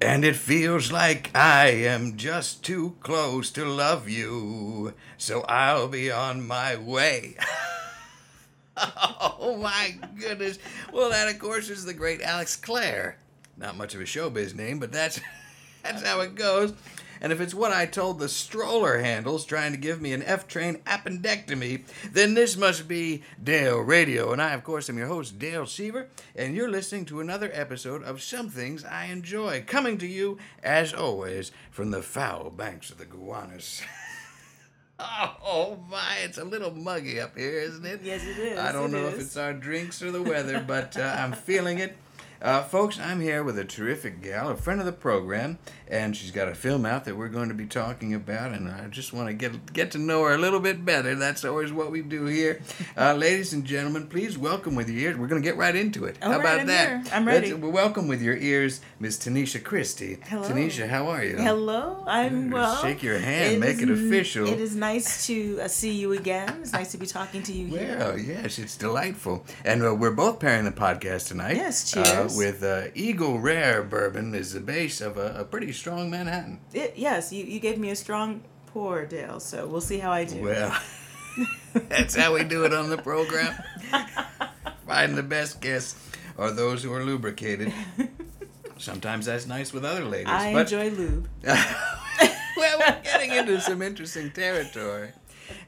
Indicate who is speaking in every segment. Speaker 1: And it feels like I am just too close to love you, so I'll be on my way. oh my goodness. Well, that, of course, is the great Alex Clare. Not much of a showbiz name, but that's, that's how it goes. And if it's what I told the stroller handles trying to give me an F train appendectomy, then this must be Dale Radio. And I, of course, am your host, Dale Seaver, and you're listening to another episode of Some Things I Enjoy, coming to you, as always, from the foul banks of the Gowanus. Oh my, it's a little muggy up here, isn't it?
Speaker 2: Yes, it is.
Speaker 1: I don't
Speaker 2: It
Speaker 1: know if
Speaker 2: is.
Speaker 1: it's our drinks or the weather, but uh, I'm feeling it. Uh, folks, I'm here with a terrific gal, a friend of the program, and she's got a film out that we're going to be talking about, and I just want to get get to know her a little bit better. That's always what we do here, uh, ladies and gentlemen. Please welcome with your ears. We're going to get right into it.
Speaker 2: All
Speaker 1: how
Speaker 2: right,
Speaker 1: about
Speaker 2: I'm
Speaker 1: that?
Speaker 2: here. I'm
Speaker 1: Let's-
Speaker 2: ready.
Speaker 1: well, welcome with your ears, Miss Tanisha Christie.
Speaker 2: Hello.
Speaker 1: Tanisha, how are you?
Speaker 2: Hello, I'm
Speaker 1: Better
Speaker 2: well.
Speaker 1: shake your hand, make
Speaker 2: is
Speaker 1: it
Speaker 2: n-
Speaker 1: official.
Speaker 2: It is nice to uh, see you again. It's nice to be talking to you here.
Speaker 1: Well, yes, it's delightful, and uh, we're both pairing the podcast tonight.
Speaker 2: Yes,
Speaker 1: Uh,
Speaker 2: cheers.
Speaker 1: with uh, Eagle Rare bourbon is the base of a, a pretty strong Manhattan.
Speaker 2: It- yes, you, you gave me a strong pour, Dale. So we'll see how I do.
Speaker 1: Well, that's how we do it on the program. Find the best guests are those who are lubricated. Sometimes that's nice with other ladies.
Speaker 2: I
Speaker 1: but
Speaker 2: enjoy lube.
Speaker 1: well, we're getting into some interesting territory.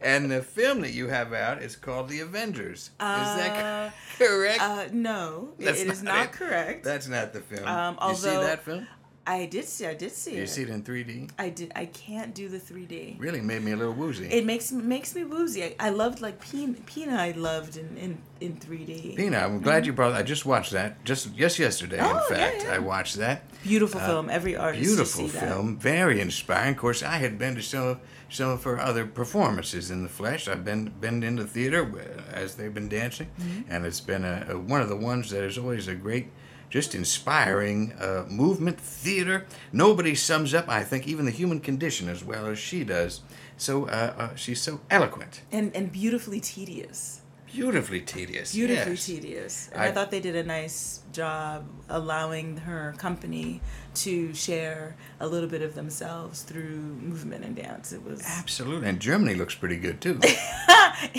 Speaker 1: And the film that you have out is called The Avengers. is that
Speaker 2: Uh,
Speaker 1: co- correct?
Speaker 2: Uh, no, it-
Speaker 1: That's
Speaker 2: it is
Speaker 1: not
Speaker 2: not
Speaker 1: it.
Speaker 2: correct.
Speaker 1: That's not the film.
Speaker 2: Um,
Speaker 1: you
Speaker 2: although-
Speaker 1: see that film?
Speaker 2: I did see. I did see
Speaker 1: You
Speaker 2: it.
Speaker 1: see it in 3D?
Speaker 2: I did. I can't do the 3D.
Speaker 1: Really made me a little woozy.
Speaker 2: It makes makes me woozy. I, I loved like Pina. Pina I loved in in, in 3D.
Speaker 1: Pina, I'm glad you brought. I just watched that just just yesterday. in
Speaker 2: Oh, yeah,
Speaker 1: fact,
Speaker 2: yeah.
Speaker 1: I watched that
Speaker 2: Beautiful film. Every artist. should
Speaker 1: uh, beautiful
Speaker 2: see that.
Speaker 1: film, very inspiring. Of course, I had been to some of some of her other performances in the flesh. I've been been into theater wi- as they've been dancing,
Speaker 2: Mm-hmm.
Speaker 1: and it's been a, a- one of the ones that is always a great. Just inspiring uh, movement, theater. Nobody sums up, I think, even the human condition as well as she does. So uh, uh, she's so eloquent.
Speaker 2: and and beautifully tedious.
Speaker 1: Beautifully tedious.
Speaker 2: Beautifully
Speaker 1: yes.
Speaker 2: tedious. And I,
Speaker 1: I-
Speaker 2: thought they did a nice job allowing her company to share a little bit of themselves through movement and dance. It was.
Speaker 1: Absolutely. And Germany looks pretty good too. Is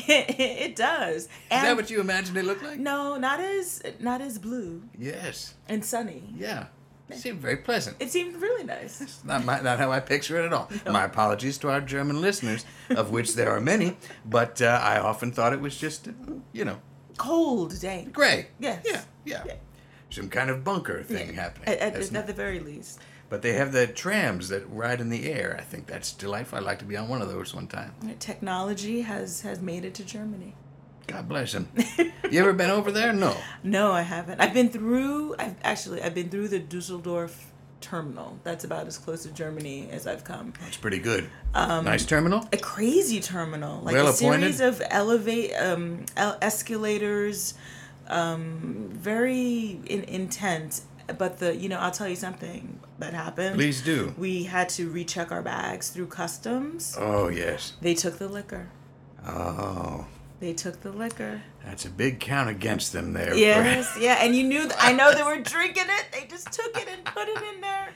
Speaker 2: it, does. And
Speaker 1: that what you imagined it looked like?
Speaker 2: no, not as not as blue
Speaker 1: Yes.
Speaker 2: and sunny.
Speaker 1: Yeah. It seemed very pleasant.
Speaker 2: It seemed really nice.
Speaker 1: Not, my, not how I picture it at all. My apologies to our German listeners, of which there are many, but uh, I often thought it was just, uh, you know,
Speaker 2: Cold day.
Speaker 1: gray.
Speaker 2: Yes.
Speaker 1: Yeah, yeah.
Speaker 2: Yeah.
Speaker 1: Some kind of bunker thing happening.
Speaker 2: At, at,
Speaker 1: That's
Speaker 2: at the very least.
Speaker 1: But they have the trams that ride in the air. I think that's delightful. I'd like to be on one of those one time.
Speaker 2: Technology has has made it to Germany.
Speaker 1: God bless them. you ever been over there? No.
Speaker 2: No, I haven't. I've been through. I've actually I've been through the Dusseldorf terminal. That's about as close to Germany as I've come.
Speaker 1: It's pretty good.
Speaker 2: Um,
Speaker 1: nice terminal?
Speaker 2: A crazy terminal, like
Speaker 1: Well
Speaker 2: a series
Speaker 1: appointed.
Speaker 2: of elevate um, el- escalators, um, very in- intense. But the you know I'll tell you something that happened.
Speaker 1: Please do.
Speaker 2: We had to recheck our bags through customs.
Speaker 1: Oh, yes.
Speaker 2: They took the liquor.
Speaker 1: Oh.
Speaker 2: They took the liquor.
Speaker 1: That's a big count against them there.
Speaker 2: Yes, yeah, and you knew. Th- I know they were drinking it. They just took it and put it in their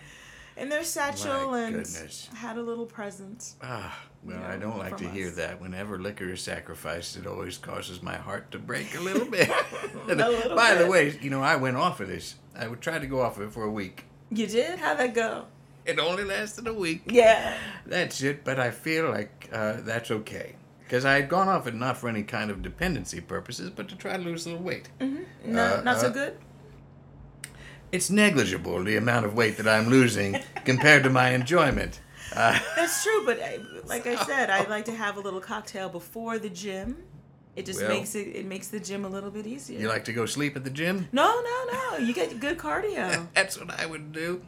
Speaker 2: in their satchel
Speaker 1: My
Speaker 2: and
Speaker 1: goodness.
Speaker 2: had a little present.
Speaker 1: Ah, well,
Speaker 2: No,
Speaker 1: I don't like
Speaker 2: from
Speaker 1: to hear
Speaker 2: us.
Speaker 1: that. Whenever liquor is sacrificed, it always causes my heart to break a little bit. uh,
Speaker 2: little
Speaker 1: By the
Speaker 2: bit.
Speaker 1: way, you know, I went off of this. I would try to go off of it for a week.
Speaker 2: You did? How'd that go?
Speaker 1: It only lasted a week.
Speaker 2: Yeah.
Speaker 1: That's it, but I feel like uh, that's okay. Because I had gone off it not for any kind of dependency purposes, but to try to lose a little weight.
Speaker 2: No,
Speaker 1: Uh,
Speaker 2: not so
Speaker 1: uh,
Speaker 2: good.
Speaker 1: It's negligible, the amount of weight that I'm losing compared to my enjoyment. Uh,
Speaker 2: That's true, but I, like I said, I like to have a little cocktail before the gym. It just
Speaker 1: Well.
Speaker 2: makes it it makes the gym a little bit easier.
Speaker 1: you like to go sleep at the gym?
Speaker 2: no, no, no. You get good cardio.
Speaker 1: That's what I would do.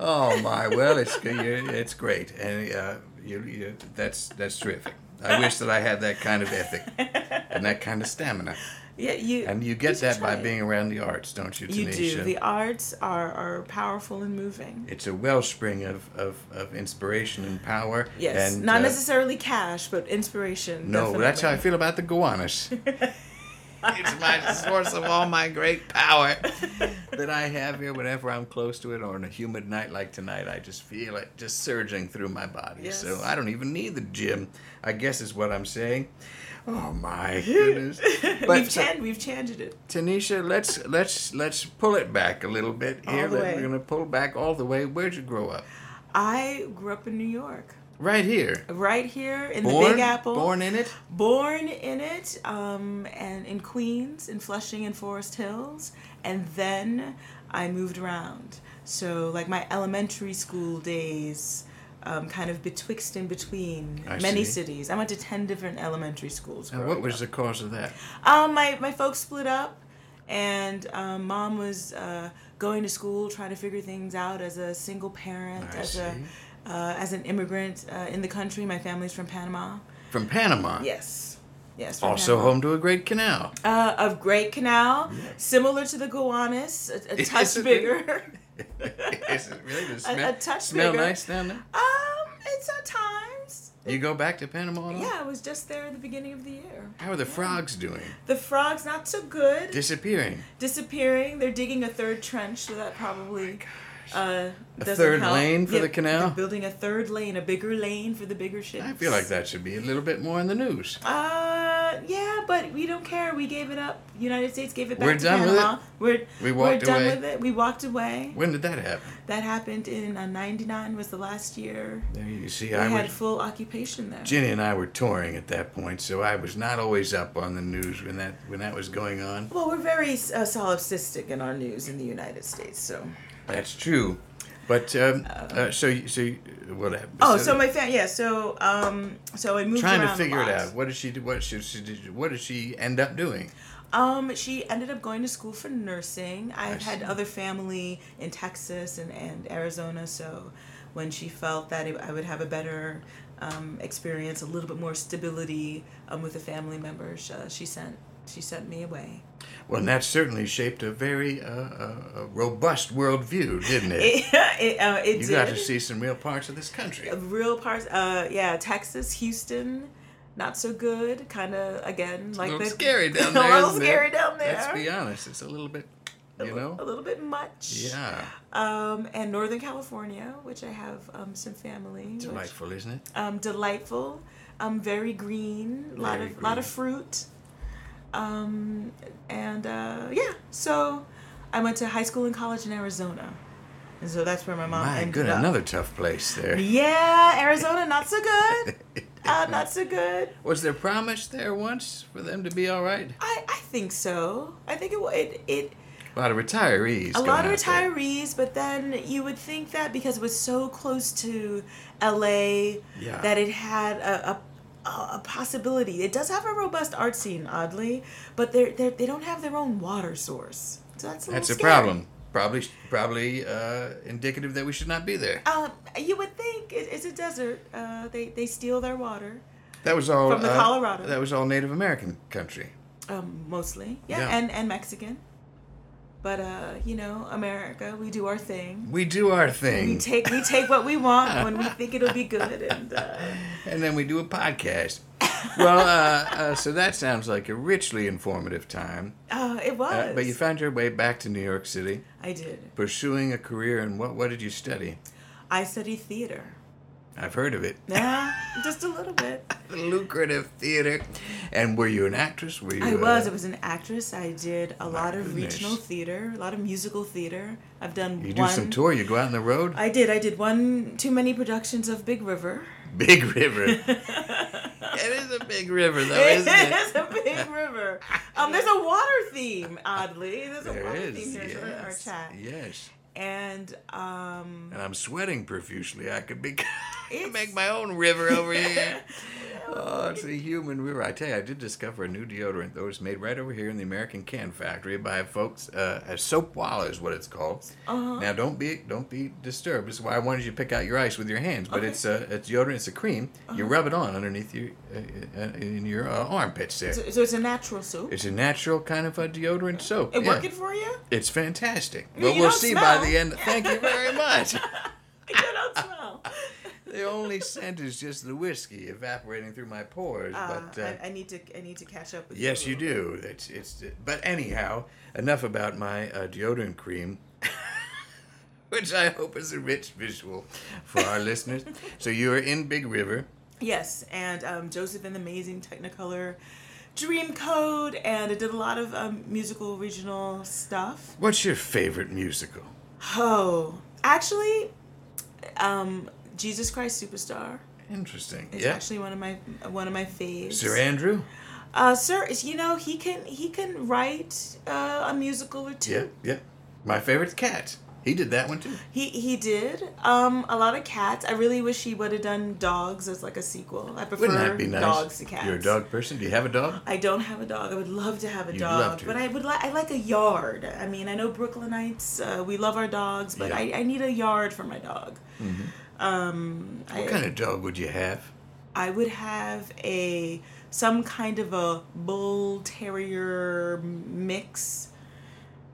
Speaker 1: Oh my! Well, it's it's great, and uh, you, you, that's that's terrific. I wish that I had that kind of ethic and that kind of stamina.
Speaker 2: Yeah, you.
Speaker 1: And you
Speaker 2: you
Speaker 1: get
Speaker 2: should
Speaker 1: that by
Speaker 2: try it.
Speaker 1: being around the arts, don't you,
Speaker 2: You
Speaker 1: Tanisha?
Speaker 2: do. The arts are are powerful and moving.
Speaker 1: it's a wellspring of, of, of inspiration and power.
Speaker 2: Yes,
Speaker 1: and,
Speaker 2: not
Speaker 1: uh,
Speaker 2: necessarily cash, but inspiration.
Speaker 1: No, that's how I
Speaker 2: definitely.
Speaker 1: feel about the Gowanus. it's my source of all my great power that I have here whenever I'm close to it or on a humid night like tonight. I just feel it just surging through my body.
Speaker 2: Yes.
Speaker 1: So I don't even need the gym, I guess is what I'm saying. Oh my goodness.
Speaker 2: we've,
Speaker 1: so-
Speaker 2: chan- we've changed it.
Speaker 1: Tanisha, let's let's let's pull it back a little bit
Speaker 2: All
Speaker 1: here.
Speaker 2: the way.
Speaker 1: We're gonna pull back all the way. Where'd you grow up?
Speaker 2: I grew up in New York,
Speaker 1: Right here.
Speaker 2: right here in
Speaker 1: Born,
Speaker 2: the Big Apple.
Speaker 1: born in it.
Speaker 2: born in it um, and in queens in flushing and forest hills and then i moved around so like my elementary school days um, kind of betwixt and between
Speaker 1: I
Speaker 2: many
Speaker 1: see.
Speaker 2: cities i went to 10 different elementary schools
Speaker 1: And
Speaker 2: growing
Speaker 1: what was the cause of that?
Speaker 2: um, my, my folks split up, and um, mom was uh, going to school, trying to figure things out as a single parent,
Speaker 1: I
Speaker 2: as
Speaker 1: see.
Speaker 2: a uh, as an immigrant uh, in the country. My family's from Panama.
Speaker 1: From Panama.
Speaker 2: Yes, yes. from
Speaker 1: Also
Speaker 2: Panama.
Speaker 1: home to a great canal.
Speaker 2: uh, of Great Canal, similar to the Gowanus, a, a
Speaker 1: Is
Speaker 2: touch
Speaker 1: it
Speaker 2: bigger.
Speaker 1: Is it really the smell?
Speaker 2: a touch
Speaker 1: smell
Speaker 2: bigger.
Speaker 1: nice down there.
Speaker 2: um, it's at times.
Speaker 1: You go back to Panama. at all?
Speaker 2: Yeah, I was just there at the beginning of the year.
Speaker 1: How are the frogs doing?
Speaker 2: The frogs not so good.
Speaker 1: Disappearing.
Speaker 2: disappearing. They're digging a third trench, so that probably uh,
Speaker 1: A
Speaker 2: doesn't
Speaker 1: third
Speaker 2: help.
Speaker 1: lane for the
Speaker 2: Yep,
Speaker 1: canal?
Speaker 2: They're building a third lane, a bigger lane for the bigger ships.
Speaker 1: I feel like that should be a little bit more in the news.
Speaker 2: Uh, yeah, but we don't care. We gave it up. United States gave it back
Speaker 1: We're
Speaker 2: to
Speaker 1: done with
Speaker 2: Panama. We're
Speaker 1: We
Speaker 2: we're
Speaker 1: walked
Speaker 2: done
Speaker 1: away.
Speaker 2: with it. We walked away.
Speaker 1: When did that happen?
Speaker 2: That happened in uh, '99. Was the last year
Speaker 1: There you see,
Speaker 2: we
Speaker 1: I
Speaker 2: had
Speaker 1: was
Speaker 2: full occupation there.
Speaker 1: Jenny and I were touring at that point, so I was not always up on the news when that when that was going on.
Speaker 2: well, we're very uh, solipsistic in our news in the United States, so.
Speaker 1: That's true, but um, uh, so you, so you, what happened?
Speaker 2: Oh, so my fan, yeah. So, um, so I moved
Speaker 1: trying to
Speaker 2: around a
Speaker 1: figure it
Speaker 2: lot.
Speaker 1: out. What did she do? What she, she did, What did she end up doing?
Speaker 2: Um, she ended up going to school for nursing. I've
Speaker 1: I
Speaker 2: had
Speaker 1: see.
Speaker 2: other family in Texas and, and Arizona, so when she felt that it, I would have a better um, experience, a little bit more stability um, with a family member, she, she sent she sent me away.
Speaker 1: Well, and that certainly shaped a very uh, uh, uh, robust worldview, didn't it?
Speaker 2: It, it, uh, it
Speaker 1: you
Speaker 2: did. Oh
Speaker 1: got to see some real parts of this country.
Speaker 2: real parts. Uh, yeah, Texas, Houston, not so good. Kind of again like
Speaker 1: a little
Speaker 2: the
Speaker 1: scary down
Speaker 2: a
Speaker 1: there.
Speaker 2: little
Speaker 1: isn't it?
Speaker 2: scary down there. Oh,
Speaker 1: Let's be honest. It's a little bit,
Speaker 2: A
Speaker 1: you
Speaker 2: li- a
Speaker 1: know.
Speaker 2: little bit much.
Speaker 1: Yeah,
Speaker 2: um, and Northern California, which I have um, some family. which-
Speaker 1: delightful, isn't it?
Speaker 2: um, delightful, um, very green, a lot
Speaker 1: Very
Speaker 2: of lot of
Speaker 1: green.
Speaker 2: fruit, um, and uh, yeah. So I went to high school and college in Arizona, and so that's where my mom
Speaker 1: My
Speaker 2: ended
Speaker 1: good,
Speaker 2: up.
Speaker 1: another tough place there.
Speaker 2: Yeah, Arizona, not so good. Uh, not so good.
Speaker 1: Was there promise there once for them to be all right?
Speaker 2: I, I think so. I think it wa- it, it
Speaker 1: A lot of retirees.
Speaker 2: a
Speaker 1: going
Speaker 2: lot of
Speaker 1: out there.
Speaker 2: retirees, but then you would think that because it was so close to LA
Speaker 1: Yeah.
Speaker 2: that it had a, a a possibility. It does have a robust art scene, oddly, but they're, they're they don't have their own water source. So that's a
Speaker 1: That's a
Speaker 2: little scary.
Speaker 1: problem. Probably, probably uh, indicative that we should not be there.
Speaker 2: Um, you would think it, it's a desert. Uh, they they steal their water,
Speaker 1: That was all
Speaker 2: From the
Speaker 1: uh,
Speaker 2: Colorado.
Speaker 1: That was all Native American country.
Speaker 2: um, mostly. Yeah,
Speaker 1: Yeah.
Speaker 2: and and Mexican. But uh, you know, America, we do our thing.
Speaker 1: We do our
Speaker 2: We
Speaker 1: thing,
Speaker 2: take we take what we want when we think it'll be good, and uh,
Speaker 1: and then we do a podcast. well, uh, uh, so that sounds like a richly informative time.
Speaker 2: Uh, it was.
Speaker 1: Uh, but you found your way back to New York City,
Speaker 2: I did.
Speaker 1: pursuing a career in what? What did you study?
Speaker 2: I studied theater.
Speaker 1: I've heard of it.
Speaker 2: Yeah, just a little bit.
Speaker 1: lucrative theater. And were you an actress? Were you?
Speaker 2: I
Speaker 1: uh,
Speaker 2: was. I was an actress. I did a lot of
Speaker 1: goodness.
Speaker 2: regional theater, a lot of musical theater. I've done
Speaker 1: You do
Speaker 2: one.
Speaker 1: some tour. You go out on the road.
Speaker 2: I did. I did one too many productions of Big River.
Speaker 1: Big River. it is a big river, though,
Speaker 2: It
Speaker 1: isn't it?
Speaker 2: is a big river. Um, there's a water theme, oddly. There's a
Speaker 1: There
Speaker 2: water
Speaker 1: is.
Speaker 2: theme here in our
Speaker 1: Yes.
Speaker 2: chat.
Speaker 1: yes.
Speaker 2: And um,
Speaker 1: And I'm sweating profusely. I could be. I could
Speaker 2: It's-
Speaker 1: make my own river over here. Oh, it's a human river. I tell you, I did discover a new deodorant that was made right over here in the American Can Factory by folks. Uh, a soap walla is what it's called.
Speaker 2: Uh-huh.
Speaker 1: Now, don't be don't be disturbed. This is why I wanted you to pick out your ice with your hands. But
Speaker 2: Okay. Uh-huh.
Speaker 1: it's a it's deodorant. It's a cream. You rub it on underneath your uh, uh, in your uh, armpits there.
Speaker 2: so, so it's a natural soap.
Speaker 1: It's a natural kind of a deodorant soap.
Speaker 2: It
Speaker 1: yeah.
Speaker 2: working for you?
Speaker 1: It's fantastic.
Speaker 2: You-
Speaker 1: Well,
Speaker 2: you
Speaker 1: we'll
Speaker 2: don't
Speaker 1: see by
Speaker 2: smell.
Speaker 1: the end. Thank you very much.
Speaker 2: You don't smell.
Speaker 1: The only scent is just the whiskey evaporating through my pores.
Speaker 2: Uh,
Speaker 1: but uh,
Speaker 2: I, I need to I need to catch up with
Speaker 1: yes,
Speaker 2: you.
Speaker 1: you do. It's it's. But anyhow, enough about my uh, deodorant cream, which I hope is a rich visual for our listeners. So you are in Big River.
Speaker 2: Yes, and um, Joseph and the Amazing Technicolor Dream Code, and I did a lot of um, musical original stuff.
Speaker 1: What's your favorite musical?
Speaker 2: Oh, actually, um, Jesus Christ Superstar
Speaker 1: Interesting.
Speaker 2: is
Speaker 1: yeah.
Speaker 2: actually one of my one of my faves.
Speaker 1: Sir Andrew.
Speaker 2: Uh, sir, you know he can he can write uh, a musical or two.
Speaker 1: Yeah, yeah. My favorite cat. He did that one too.
Speaker 2: He he did um a lot of cats. I really wish he would have done dogs as like a sequel. I prefer
Speaker 1: Wouldn't that be nice?
Speaker 2: dogs to cats.
Speaker 1: You're a dog person. Do you have a dog?
Speaker 2: I don't have a dog. I would love to have a
Speaker 1: You'd
Speaker 2: dog,
Speaker 1: love to.
Speaker 2: but I would like I like a yard. I mean, I know Brooklynites uh, we love our dogs, but
Speaker 1: Yeah. Mm-hmm.
Speaker 2: I, I need a yard for my dog. Um, I,
Speaker 1: What kind of dog would you have?
Speaker 2: I would have a some kind of a bull terrier mix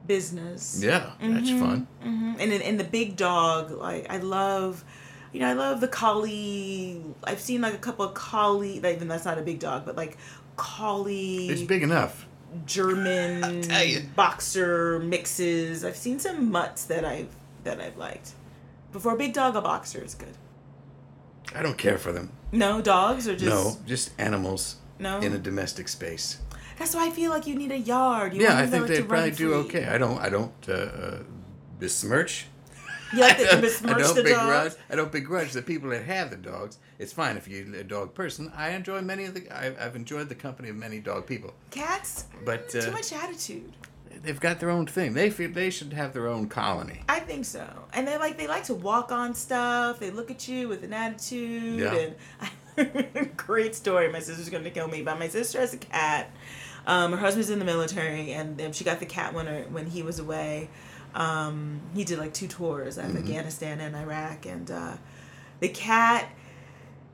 Speaker 2: business.
Speaker 1: Yeah, that's fun.
Speaker 2: hmm And and the big dog, like I love, you know, I love the collie. I've seen like a couple of collie. Like, even that's not a big dog, but like collie.
Speaker 1: It's big enough.
Speaker 2: German
Speaker 1: tell you.
Speaker 2: boxer mixes. I've seen some mutts that I've that I've liked. Before big dog, a boxer is good.
Speaker 1: I don't care for them.
Speaker 2: No dogs or just
Speaker 1: no, just animals
Speaker 2: No?
Speaker 1: in a domestic space.
Speaker 2: That's why I feel like you need a yard. You
Speaker 1: Yeah,
Speaker 2: want
Speaker 1: I
Speaker 2: them to,
Speaker 1: think
Speaker 2: like,
Speaker 1: they
Speaker 2: to run
Speaker 1: probably do
Speaker 2: free.
Speaker 1: okay. I don't. I don't uh, uh, besmirch.
Speaker 2: You like to
Speaker 1: I
Speaker 2: besmirch
Speaker 1: don't
Speaker 2: the
Speaker 1: begrudge.
Speaker 2: dogs.
Speaker 1: I don't begrudge the people that have the dogs. It's fine if you're a dog person. I enjoy many of the. I've, I've enjoyed the company of many dog people,
Speaker 2: Cats,
Speaker 1: but
Speaker 2: too
Speaker 1: uh,
Speaker 2: much attitude.
Speaker 1: they've got their own thing. They feel they should have their own colony.
Speaker 2: I think so. And they like they like to walk on stuff. They look at you with an attitude.
Speaker 1: Yeah.
Speaker 2: And I, great story. My sister's going to kill me, but my sister has a cat. Um, her husband's in the military, and um, she got the cat when her, when he was away. Um, he did like two tours of Afghanistan and Iraq, and uh, the cat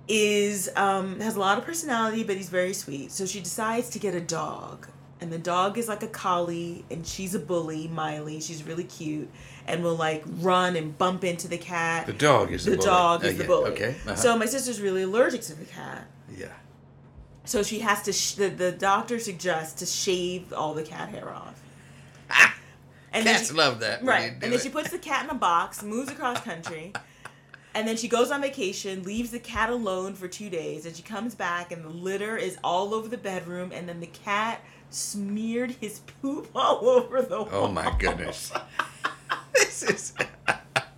Speaker 2: is um, has a lot of personality, but he's very sweet. So she decides to get a dog, and the dog is like a collie, and she's a bully, Miley. She's really cute, and will like run and bump into the cat.
Speaker 1: The dog is the,
Speaker 2: The
Speaker 1: bully.
Speaker 2: dog
Speaker 1: Uh,
Speaker 2: is the
Speaker 1: yeah,
Speaker 2: bully.
Speaker 1: Okay. uh-huh.
Speaker 2: So my sister's really allergic to the cat.
Speaker 1: yeah.
Speaker 2: So she has to. Sh- the, the doctor suggests to shave all the cat hair off. And
Speaker 1: Ah!
Speaker 2: then
Speaker 1: Cats
Speaker 2: she-
Speaker 1: love that. when
Speaker 2: Right.
Speaker 1: you do
Speaker 2: And then
Speaker 1: it.
Speaker 2: she puts the cat in a box, moves across country, and then she goes on vacation, leaves the cat alone for two days, and she comes back and the litter is all over the bedroom, and then the cat smeared his poop all over the wall.
Speaker 1: Oh my goodness. this is.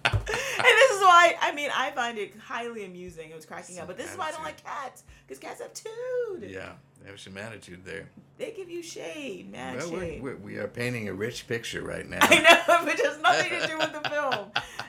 Speaker 2: And this is why I mean I find it highly amusing. It was cracking up. But this is why I don't like cats. Because cats have tude.
Speaker 1: Yeah, there's some attitude there.
Speaker 2: They give you shade, mad
Speaker 1: Well, we're,
Speaker 2: shade.
Speaker 1: we're, we are painting a rich picture right now.
Speaker 2: I know, which has nothing to do with the film.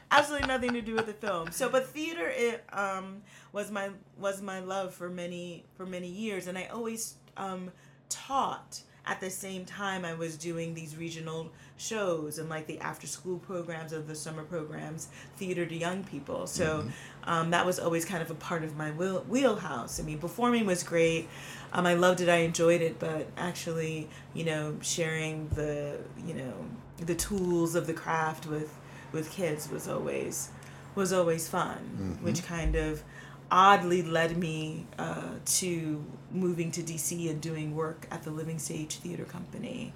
Speaker 2: Absolutely nothing to do with the film. So, but theater it um was my was my love for many for many years, and I always um taught at the same time I was doing these regional shows and like the after school programs or the summer programs, theater to young people. So um, that was always kind of a part of my wheel- wheelhouse. I mean, performing was great. Um, I loved it. I enjoyed it. But actually, you know, sharing the you know the tools of the craft with with kids was always was always fun,
Speaker 1: Mm-hmm.
Speaker 2: which kind of oddly led me uh, to moving to DC and doing work at the Living Stage Theater Company,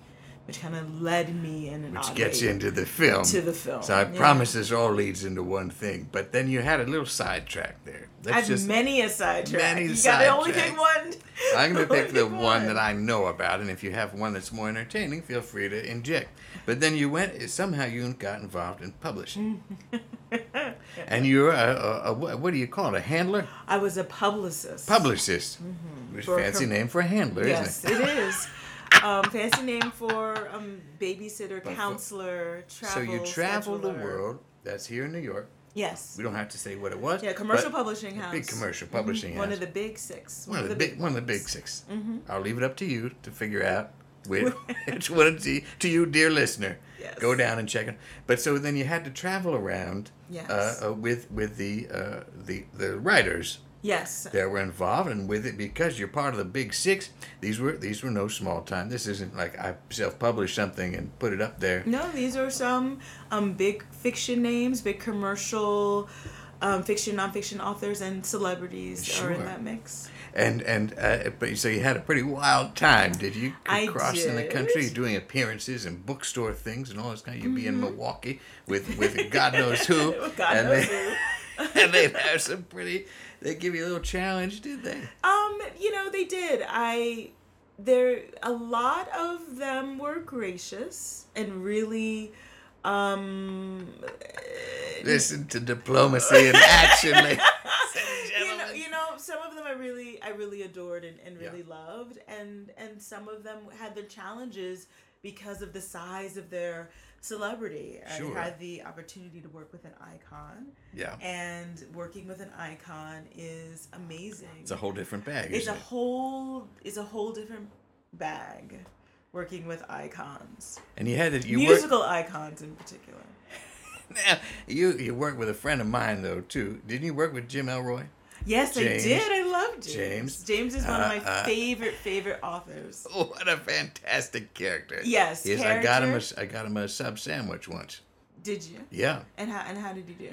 Speaker 2: which kind of led me in an
Speaker 1: Which
Speaker 2: odd
Speaker 1: gets
Speaker 2: way
Speaker 1: into the film.
Speaker 2: to the film.
Speaker 1: So I
Speaker 2: yeah.
Speaker 1: promise this all leads into one thing, but then you had a little sidetrack there. Let's
Speaker 2: I've
Speaker 1: just.
Speaker 2: many a sidetrack.
Speaker 1: Many
Speaker 2: you gotta only pick
Speaker 1: sidetracks.
Speaker 2: one.
Speaker 1: I'm going to
Speaker 2: only
Speaker 1: pick the one that I know about, and if you have one that's more entertaining, feel free to inject. But then you went somehow you got involved in publishing, and you're a, a, a what do you call it? A handler,
Speaker 2: I was a publicist.
Speaker 1: publicist, which
Speaker 2: Mm-hmm. For a
Speaker 1: fancy
Speaker 2: com-
Speaker 1: name for a handler,
Speaker 2: Yes,
Speaker 1: isn't it?
Speaker 2: it is. Um, fancy name for um, babysitter,
Speaker 1: for-
Speaker 2: counselor,
Speaker 1: so
Speaker 2: travel.
Speaker 1: you travel the
Speaker 2: scheduler.
Speaker 1: world. That's here in New York.
Speaker 2: Yes.
Speaker 1: We don't have to say what it was.
Speaker 2: Yeah, commercial
Speaker 1: but
Speaker 2: publishing house. Mm-hmm.
Speaker 1: Big commercial publishing
Speaker 2: One
Speaker 1: house.
Speaker 2: of the big six.
Speaker 1: one of the big one of the big
Speaker 2: ones.
Speaker 1: 6 Mm-hmm. I'll leave it up to you to figure out which, which one it is to you, dear listener.
Speaker 2: Yes.
Speaker 1: Go down and check it. But so then you had to travel around
Speaker 2: Yes.
Speaker 1: uh, uh, with with the uh, the the writers
Speaker 2: Yes.
Speaker 1: that were involved and with it because you're part of the big six. These were these were no small time. This isn't like I self published something and put it up there.
Speaker 2: No, these are some um, big fiction names, big commercial um, fiction, nonfiction authors, and celebrities are
Speaker 1: Sure.
Speaker 2: in that mix.
Speaker 1: And and uh, but so you had a pretty wild time, did you?
Speaker 2: I
Speaker 1: Crossing the
Speaker 2: did.
Speaker 1: country, doing appearances and bookstore things and all this kind. Of, you'd be in Milwaukee with with God knows who,
Speaker 2: Mm-hmm. God
Speaker 1: and
Speaker 2: knows
Speaker 1: they,
Speaker 2: who.
Speaker 1: and they'd have some pretty. They give you a little challenge, did they?
Speaker 2: Um, you know, they did. I there a lot of them were gracious and really um
Speaker 1: Listen to diplomacy in action. ladies and
Speaker 2: you know,
Speaker 1: gentlemen.
Speaker 2: you know, some of them I really, I really adored and, and
Speaker 1: Yeah.
Speaker 2: really loved, and and some of them had their challenges because of the size of their celebrity.
Speaker 1: Sure.
Speaker 2: I had the opportunity to work with an icon,
Speaker 1: yeah,
Speaker 2: and working with an icon is amazing.
Speaker 1: it's a whole different bag.
Speaker 2: It's a
Speaker 1: isn't it?
Speaker 2: whole, it's a whole different bag. Working with icons,
Speaker 1: and you had it. You worked.
Speaker 2: musical icons in particular.
Speaker 1: Now, you you worked with a friend of mine though too. Didn't you work with Jim Elroy?
Speaker 2: Yes,
Speaker 1: James.
Speaker 2: I did. I loved James.
Speaker 1: James.
Speaker 2: James is one of my
Speaker 1: Uh, uh.
Speaker 2: favorite favorite authors.
Speaker 1: What a fantastic character!
Speaker 2: Yes,
Speaker 1: yes. I got him. A,
Speaker 2: character.
Speaker 1: s- I got him a sub sandwich once.
Speaker 2: Did you?
Speaker 1: Yeah,
Speaker 2: And how and how did he do?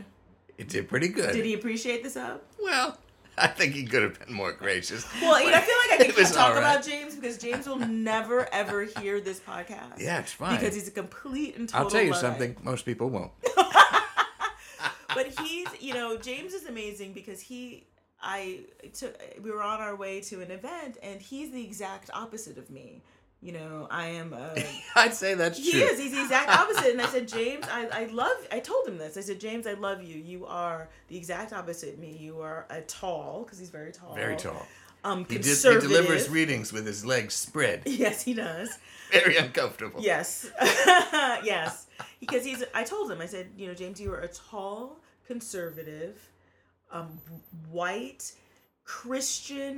Speaker 1: it did pretty good.
Speaker 2: Did he appreciate the sub?
Speaker 1: Well, I think he could have been more gracious.
Speaker 2: Well, you know, I feel like I
Speaker 1: It
Speaker 2: can
Speaker 1: was all
Speaker 2: talk
Speaker 1: right.
Speaker 2: about James because James will never ever hear this podcast.
Speaker 1: Yeah, it's fine.
Speaker 2: Because he's a complete and total.
Speaker 1: I'll tell you
Speaker 2: Luddite.
Speaker 1: something. Most people won't.
Speaker 2: But he's, you know, James is amazing because he, I took, we were on our way to an event and he's the exact opposite of me. You know, I am a
Speaker 1: I'd say that's
Speaker 2: He
Speaker 1: true.
Speaker 2: is. He's the exact opposite. And I said, James, I, I love. I told him this. I said, James, I love you. You are the exact opposite of me. You are a tall, because he's very tall.
Speaker 1: Very tall. He,
Speaker 2: Um,
Speaker 1: did, he
Speaker 2: conservative.
Speaker 1: delivers readings with his legs spread.
Speaker 2: yes, he does.
Speaker 1: Very uncomfortable.
Speaker 2: Yes, yes. Because he's. I told him. I said, you know, James, you are a tall, conservative, um, white. Christian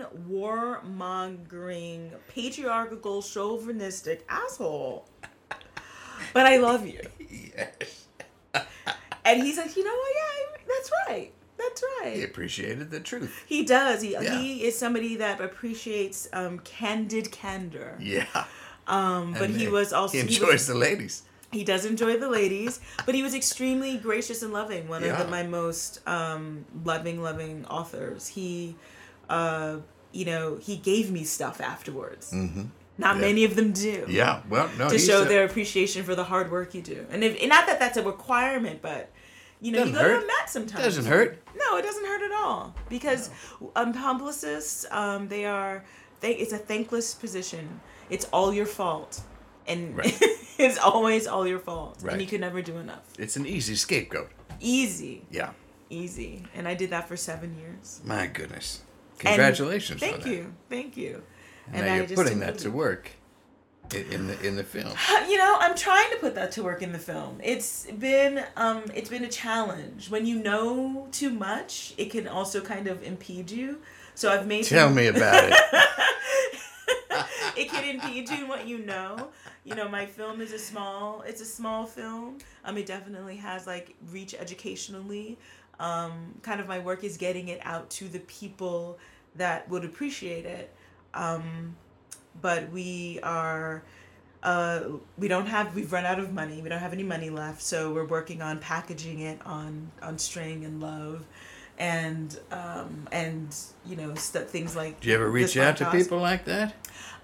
Speaker 2: warmongering, patriarchal, chauvinistic asshole. But I love you.
Speaker 1: Yes.
Speaker 2: And he's like, you know what? Yeah, I- that's right. That's
Speaker 1: He
Speaker 2: right.
Speaker 1: appreciated the truth.
Speaker 2: He does. He,
Speaker 1: Yeah.
Speaker 2: he is somebody that appreciates um, candid candor.
Speaker 1: Yeah.
Speaker 2: Um, but
Speaker 1: And,
Speaker 2: he
Speaker 1: uh,
Speaker 2: was also
Speaker 1: He
Speaker 2: he was-
Speaker 1: enjoys the ladies.
Speaker 2: he does enjoy the ladies, but he was extremely gracious and loving. One of
Speaker 1: Yeah.
Speaker 2: the, my most um, loving, loving authors. He, uh, you know, he gave me stuff afterwards. Mm-hmm. Not many of them do.
Speaker 1: Yeah. Well, no.
Speaker 2: To
Speaker 1: he's
Speaker 2: show
Speaker 1: a-
Speaker 2: their appreciation for the hard work you do, and if and not that that's a requirement, but you know,
Speaker 1: Doesn't
Speaker 2: you go
Speaker 1: hurt.
Speaker 2: to a mat sometimes.
Speaker 1: doesn't hurt.
Speaker 2: No, it doesn't hurt at all because um, publicists, um, they are, they it's a thankless position. It's all your fault, and
Speaker 1: Right.
Speaker 2: it's always all your fault,
Speaker 1: Right.
Speaker 2: and you can never do enough.
Speaker 1: It's an easy scapegoat.
Speaker 2: Easy,
Speaker 1: Yeah.
Speaker 2: easy, and I did that for seven years.
Speaker 1: My goodness.
Speaker 2: And
Speaker 1: Congratulations. on
Speaker 2: thank
Speaker 1: that.
Speaker 2: you, thank you.
Speaker 1: And now you're putting that
Speaker 2: improved.
Speaker 1: to work in, in the in the film.
Speaker 2: you know i'm trying to put that to work in the film it's been um it's been a challenge when you know too much it can also kind of impede you so i've made
Speaker 1: Tell me about it.
Speaker 2: it can impede you in what you know you know my film is a small it's a small film um it definitely has like reach educationally um kind of my work is getting it out to the people that would appreciate it um but we are uh, we don't have we've run out of money we don't have any money left so we're working on packaging it on on string and love and um and you know st- things like
Speaker 1: Do you ever
Speaker 2: this
Speaker 1: reach out to
Speaker 2: podcast.
Speaker 1: people like that?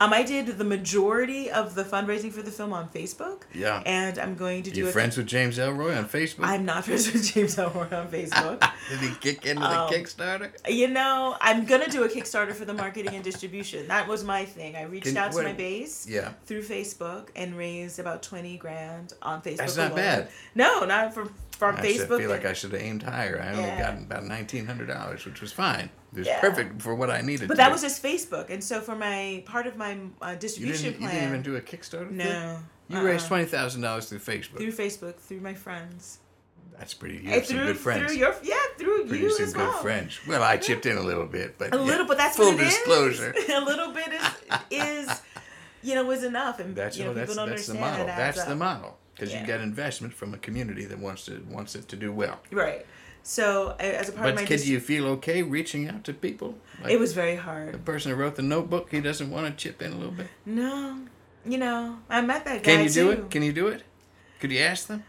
Speaker 2: um i did the majority of the fundraising for the film on facebook
Speaker 1: Yeah.
Speaker 2: and i'm going to do
Speaker 1: you
Speaker 2: a
Speaker 1: friends with James Elroy on Facebook?
Speaker 2: i'm not friends with james elroy on facebook
Speaker 1: Did he kick into
Speaker 2: Um,
Speaker 1: the Kickstarter?
Speaker 2: you know i'm gonna do a kickstarter for the marketing and distribution that was my thing i reached
Speaker 1: Can-
Speaker 2: out to
Speaker 1: what-
Speaker 2: my base
Speaker 1: Yeah.
Speaker 2: through Facebook and raised about twenty grand on Facebook.
Speaker 1: That's not
Speaker 2: alone.
Speaker 1: bad.
Speaker 2: No, not from from
Speaker 1: I should
Speaker 2: Facebook.
Speaker 1: feel like I should have aimed higher. I only
Speaker 2: Yeah.
Speaker 1: got about nineteen hundred dollars, which was fine. It was
Speaker 2: Yeah.
Speaker 1: perfect for what I needed.
Speaker 2: but
Speaker 1: to
Speaker 2: that
Speaker 1: do.
Speaker 2: was just Facebook, and so for my part of my uh,
Speaker 1: you
Speaker 2: distribution
Speaker 1: didn't, you
Speaker 2: plan,
Speaker 1: didn't even do a Kickstarter. for it?
Speaker 2: no,
Speaker 1: You
Speaker 2: uh-uh.
Speaker 1: raised twenty thousand dollars through Facebook.
Speaker 2: through Facebook through my friends,
Speaker 1: That's pretty. You have
Speaker 2: Uh,
Speaker 1: some
Speaker 2: through
Speaker 1: good friends.
Speaker 2: through your yeah through
Speaker 1: Pretty
Speaker 2: you
Speaker 1: some
Speaker 2: as
Speaker 1: good
Speaker 2: well.
Speaker 1: friends. Well, I chipped in a little bit, but
Speaker 2: A
Speaker 1: yeah,
Speaker 2: little, but that's
Speaker 1: full
Speaker 2: what it is.
Speaker 1: disclosure.
Speaker 2: a little bit is is you know is enough, and
Speaker 1: That's
Speaker 2: you know
Speaker 1: oh, that's
Speaker 2: people don't
Speaker 1: that's the
Speaker 2: understand
Speaker 1: model.
Speaker 2: that
Speaker 1: That's
Speaker 2: adds
Speaker 1: the
Speaker 2: up.
Speaker 1: model because you
Speaker 2: Yeah.
Speaker 1: get investment from a community that wants to wants it to do well.
Speaker 2: right. So I- as a part
Speaker 1: But
Speaker 2: of my
Speaker 1: could
Speaker 2: dis-
Speaker 1: you feel okay reaching out to people? Like
Speaker 2: it was very hard.
Speaker 1: the person who wrote the Notebook. He doesn't want to chip in a little bit.
Speaker 2: No, you know, I met that guy.
Speaker 1: Can you do
Speaker 2: too.
Speaker 1: it? Can you do it? Could you ask them?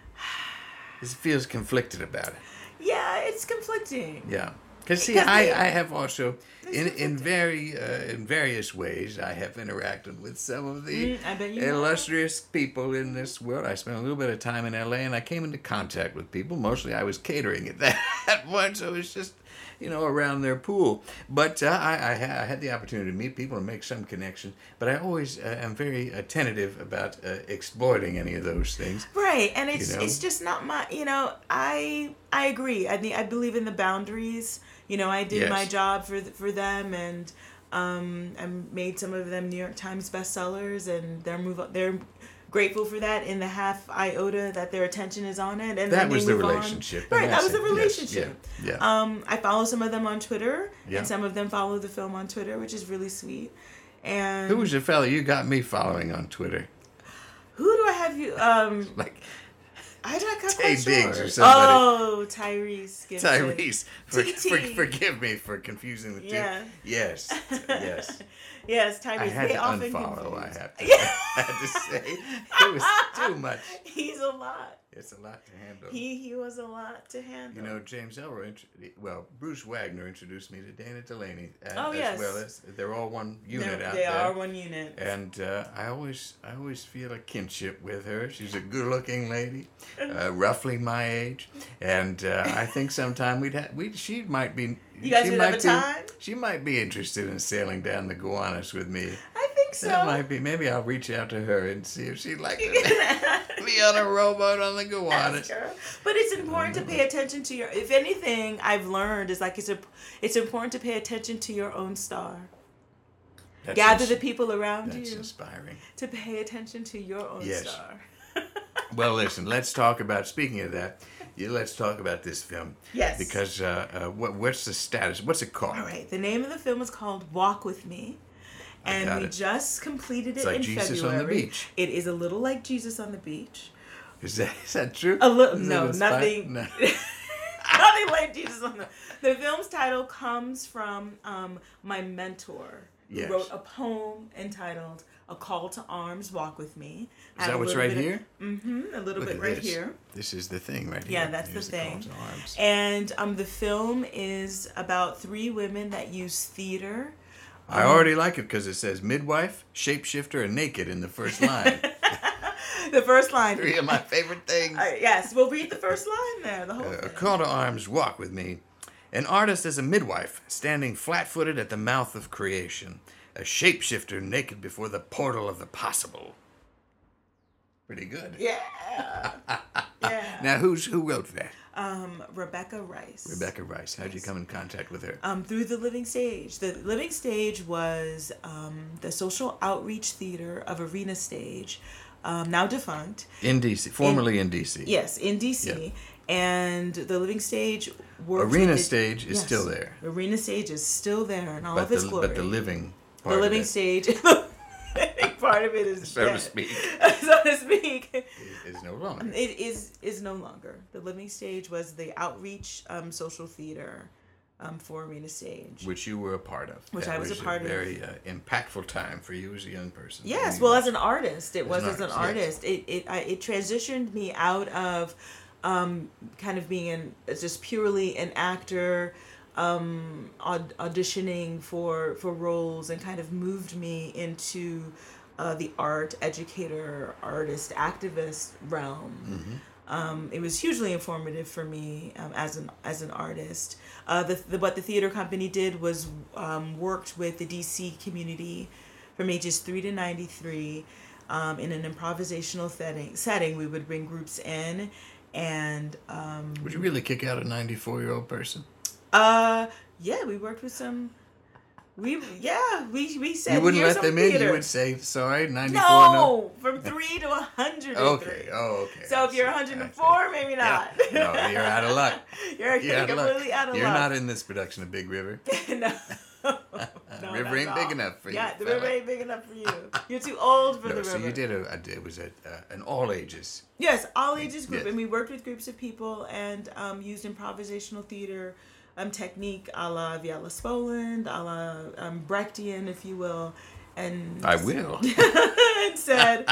Speaker 1: He feels conflicted about it.
Speaker 2: Yeah, it's conflicting.
Speaker 1: Yeah. Because see,
Speaker 2: Because
Speaker 1: I,
Speaker 2: they-
Speaker 1: I have also
Speaker 2: It's
Speaker 1: in
Speaker 2: different.
Speaker 1: in very uh, in various ways I have interacted with some of the
Speaker 2: Mm, I bet you have.
Speaker 1: illustrious people in this world. I spent a little bit of time in L.A. and I came into contact with people. Mostly, I was catering at that at point, so it was just you know around their pool. But uh, I I, ha- I had the opportunity to meet people and make some connections. But I always uh, am very uh, tentative about uh, exploiting any of those things.
Speaker 2: Right, and it's
Speaker 1: know?
Speaker 2: it's just not my. You know, I I agree. I think I believe in the boundaries. You know, I did
Speaker 1: Yes.
Speaker 2: my job for th- for them, and um, I made some of them New York Times bestsellers, and they're move they're grateful for that in the half iota that their attention is on it,
Speaker 1: That
Speaker 2: and then they
Speaker 1: was the
Speaker 2: move on.
Speaker 1: relationship, and
Speaker 2: Right, that
Speaker 1: that's
Speaker 2: was the
Speaker 1: it. Yes,
Speaker 2: relationship.
Speaker 1: yeah, yeah.
Speaker 2: Um, I follow some of them on Twitter,
Speaker 1: Yeah.
Speaker 2: and some of them follow the film on Twitter, which is really sweet. And
Speaker 1: Who was the fellow you got me following on Twitter?
Speaker 2: who do I have you? Um,
Speaker 1: Like
Speaker 2: I don't got
Speaker 1: Tay
Speaker 2: quite sure.
Speaker 1: Diggs or somebody.
Speaker 2: Oh, Tyrese. Gibson.
Speaker 1: Tyrese, for,
Speaker 2: TT.
Speaker 1: for, forgive me for confusing the two.
Speaker 2: Yeah.
Speaker 1: Yes, yes.
Speaker 2: yes, Tyrese.
Speaker 1: I had
Speaker 2: they
Speaker 1: to
Speaker 2: often
Speaker 1: unfollow. I
Speaker 2: confuse.
Speaker 1: have to, I had to say it was too much.
Speaker 2: He's a lot.
Speaker 1: It's a lot to handle.
Speaker 2: He he was a lot to handle.
Speaker 1: you know, James Elroy. Int- well, Bruce Wagner introduced me to Dana Delaney. uh,
Speaker 2: Oh,
Speaker 1: as
Speaker 2: yes.
Speaker 1: well as they're all one
Speaker 2: They're-
Speaker 1: unit out
Speaker 2: they
Speaker 1: there.
Speaker 2: are one unit.
Speaker 1: and uh, I always I always feel a kinship with her. She's a good-looking lady, uh, roughly my age, and uh, I think sometime we'd have we she might be
Speaker 2: You guys
Speaker 1: she
Speaker 2: would have
Speaker 1: might
Speaker 2: a
Speaker 1: be,
Speaker 2: time?
Speaker 1: She might be interested in sailing down the Gowanus with me.
Speaker 2: I think so.
Speaker 1: that might be. Maybe I'll reach out to her and see if she'd like
Speaker 2: You
Speaker 1: to
Speaker 2: can ask
Speaker 1: be on a rowboat on the Gowanus.
Speaker 2: her. But it's important to
Speaker 1: Mm-hmm.
Speaker 2: pay attention to your. If anything, I've learned is like it's a, it's important to pay attention to your own star.
Speaker 1: That's
Speaker 2: Gather
Speaker 1: ins-
Speaker 2: the people around
Speaker 1: That's
Speaker 2: you
Speaker 1: inspiring.
Speaker 2: to pay attention to your own
Speaker 1: Yes.
Speaker 2: star.
Speaker 1: Well, listen. Let's talk about. Speaking of that, yeah, let's talk about this film.
Speaker 2: Yes.
Speaker 1: Because uh, uh, what, what's the status? What's it called?
Speaker 2: All right. The name of the film is called Walk with Me, and
Speaker 1: got
Speaker 2: we
Speaker 1: it.
Speaker 2: just completed it
Speaker 1: like
Speaker 2: in
Speaker 1: Jesus on the
Speaker 2: February.
Speaker 1: beach.
Speaker 2: It is a little like Jesus on the beach.
Speaker 1: Is that, is that true?
Speaker 2: A little.
Speaker 1: Is it
Speaker 2: No,
Speaker 1: inspired?
Speaker 2: nothing.
Speaker 1: No.
Speaker 2: nothing like Jesus on the. The film's title comes from um, my mentor. who
Speaker 1: Yes.
Speaker 2: wrote a poem entitled "A Call to Arms, Walk with Me."
Speaker 1: Is that what's right here?
Speaker 2: Mm-hmm, a little
Speaker 1: Look
Speaker 2: bit
Speaker 1: at
Speaker 2: right
Speaker 1: this.
Speaker 2: here.
Speaker 1: This is the thing right here.
Speaker 2: Yeah, that's the
Speaker 1: Here's
Speaker 2: thing.
Speaker 1: The call to arms.
Speaker 2: And um, the film is about three women that use theater.
Speaker 1: I already like it because it says midwife, shapeshifter, and naked in the first line.
Speaker 2: The first line.
Speaker 1: Three of my favorite things.
Speaker 2: All right, yes, we'll read the first line there. The whole.
Speaker 1: Uh, a
Speaker 2: thing.
Speaker 1: call to arms walk with me. An artist is a midwife, standing flat footed at the mouth of creation. A shapeshifter naked before the portal of the possible. Pretty good.
Speaker 2: Yeah. yeah.
Speaker 1: Now, who's who wrote that?
Speaker 2: Um, Rebecca Rice.
Speaker 1: Rebecca Rice. How'd you come in contact with her?
Speaker 2: Um, through the Living Stage. The Living Stage was um, the social outreach theater of Arena Stage, um, now defunct.
Speaker 1: In D.C., formerly in, D.C.
Speaker 2: Yes, in DC.
Speaker 1: Yeah.
Speaker 2: And the Living Stage worked
Speaker 1: Arena
Speaker 2: with the-
Speaker 1: Stage is still there.
Speaker 2: Arena Stage is still there in all
Speaker 1: but
Speaker 2: of its
Speaker 1: the,
Speaker 2: glory.
Speaker 1: But the living part
Speaker 2: The
Speaker 1: of
Speaker 2: Living
Speaker 1: it,
Speaker 2: Stage. the living part of it is
Speaker 1: so
Speaker 2: dead.
Speaker 1: to speak,
Speaker 2: so to speak.
Speaker 1: is, is no longer.
Speaker 2: It is is no longer. The Living Stage was the outreach um, social theater um, for Arena Stage.
Speaker 1: Which you were a part of.
Speaker 2: Which
Speaker 1: That
Speaker 2: I was a part of.
Speaker 1: Very uh, impactful time for you as a young person.
Speaker 2: Yes,
Speaker 1: You-
Speaker 2: well, as an artist, it was
Speaker 1: an
Speaker 2: as an
Speaker 1: artist,
Speaker 2: artist. It it I, it transitioned me out of um, kind of being an just purely an actor um, aud- auditioning for for roles and kind of moved me into uh, the art educator, artist, activist realm. Um, it was hugely informative for me um, as an as an artist. Uh, the, the what the theater company did was um, worked with the DC community from ages three to ninety three. Um, in an improvisational setting, setting, we would bring groups in, and um,
Speaker 1: Would you really kick out a 94 year old person?
Speaker 2: uh, yeah, we worked with some. We yeah, we we said
Speaker 1: You wouldn't
Speaker 2: "Here's
Speaker 1: let
Speaker 2: some
Speaker 1: them in.
Speaker 2: theater."
Speaker 1: You would say, sorry, 94.
Speaker 2: no, from three to a hundred.
Speaker 1: Okay. Oh, okay.
Speaker 2: So
Speaker 1: I
Speaker 2: if you're
Speaker 1: see, I see.
Speaker 2: 104, maybe not.
Speaker 1: Yeah. No, you're out of luck.
Speaker 2: You're,
Speaker 1: You're out of luck.
Speaker 2: completely out of
Speaker 1: You're
Speaker 2: luck.
Speaker 1: not in this production of Big River.
Speaker 2: no.
Speaker 1: The
Speaker 2: No,
Speaker 1: river
Speaker 2: not
Speaker 1: ain't
Speaker 2: at
Speaker 1: big
Speaker 2: all.
Speaker 1: enough for you,
Speaker 2: Yeah, the
Speaker 1: fella.
Speaker 2: river ain't big enough for you. You're too old for the
Speaker 1: No,
Speaker 2: river.
Speaker 1: so you did a, a it was a, uh, an all ages.
Speaker 2: Yes, all ages group,
Speaker 1: Yes.
Speaker 2: and we worked with groups of people and um, used improvisational theater um, technique, a la Vialis Poland, a la um, Brechtian, if you will, and
Speaker 1: I will.
Speaker 2: and said,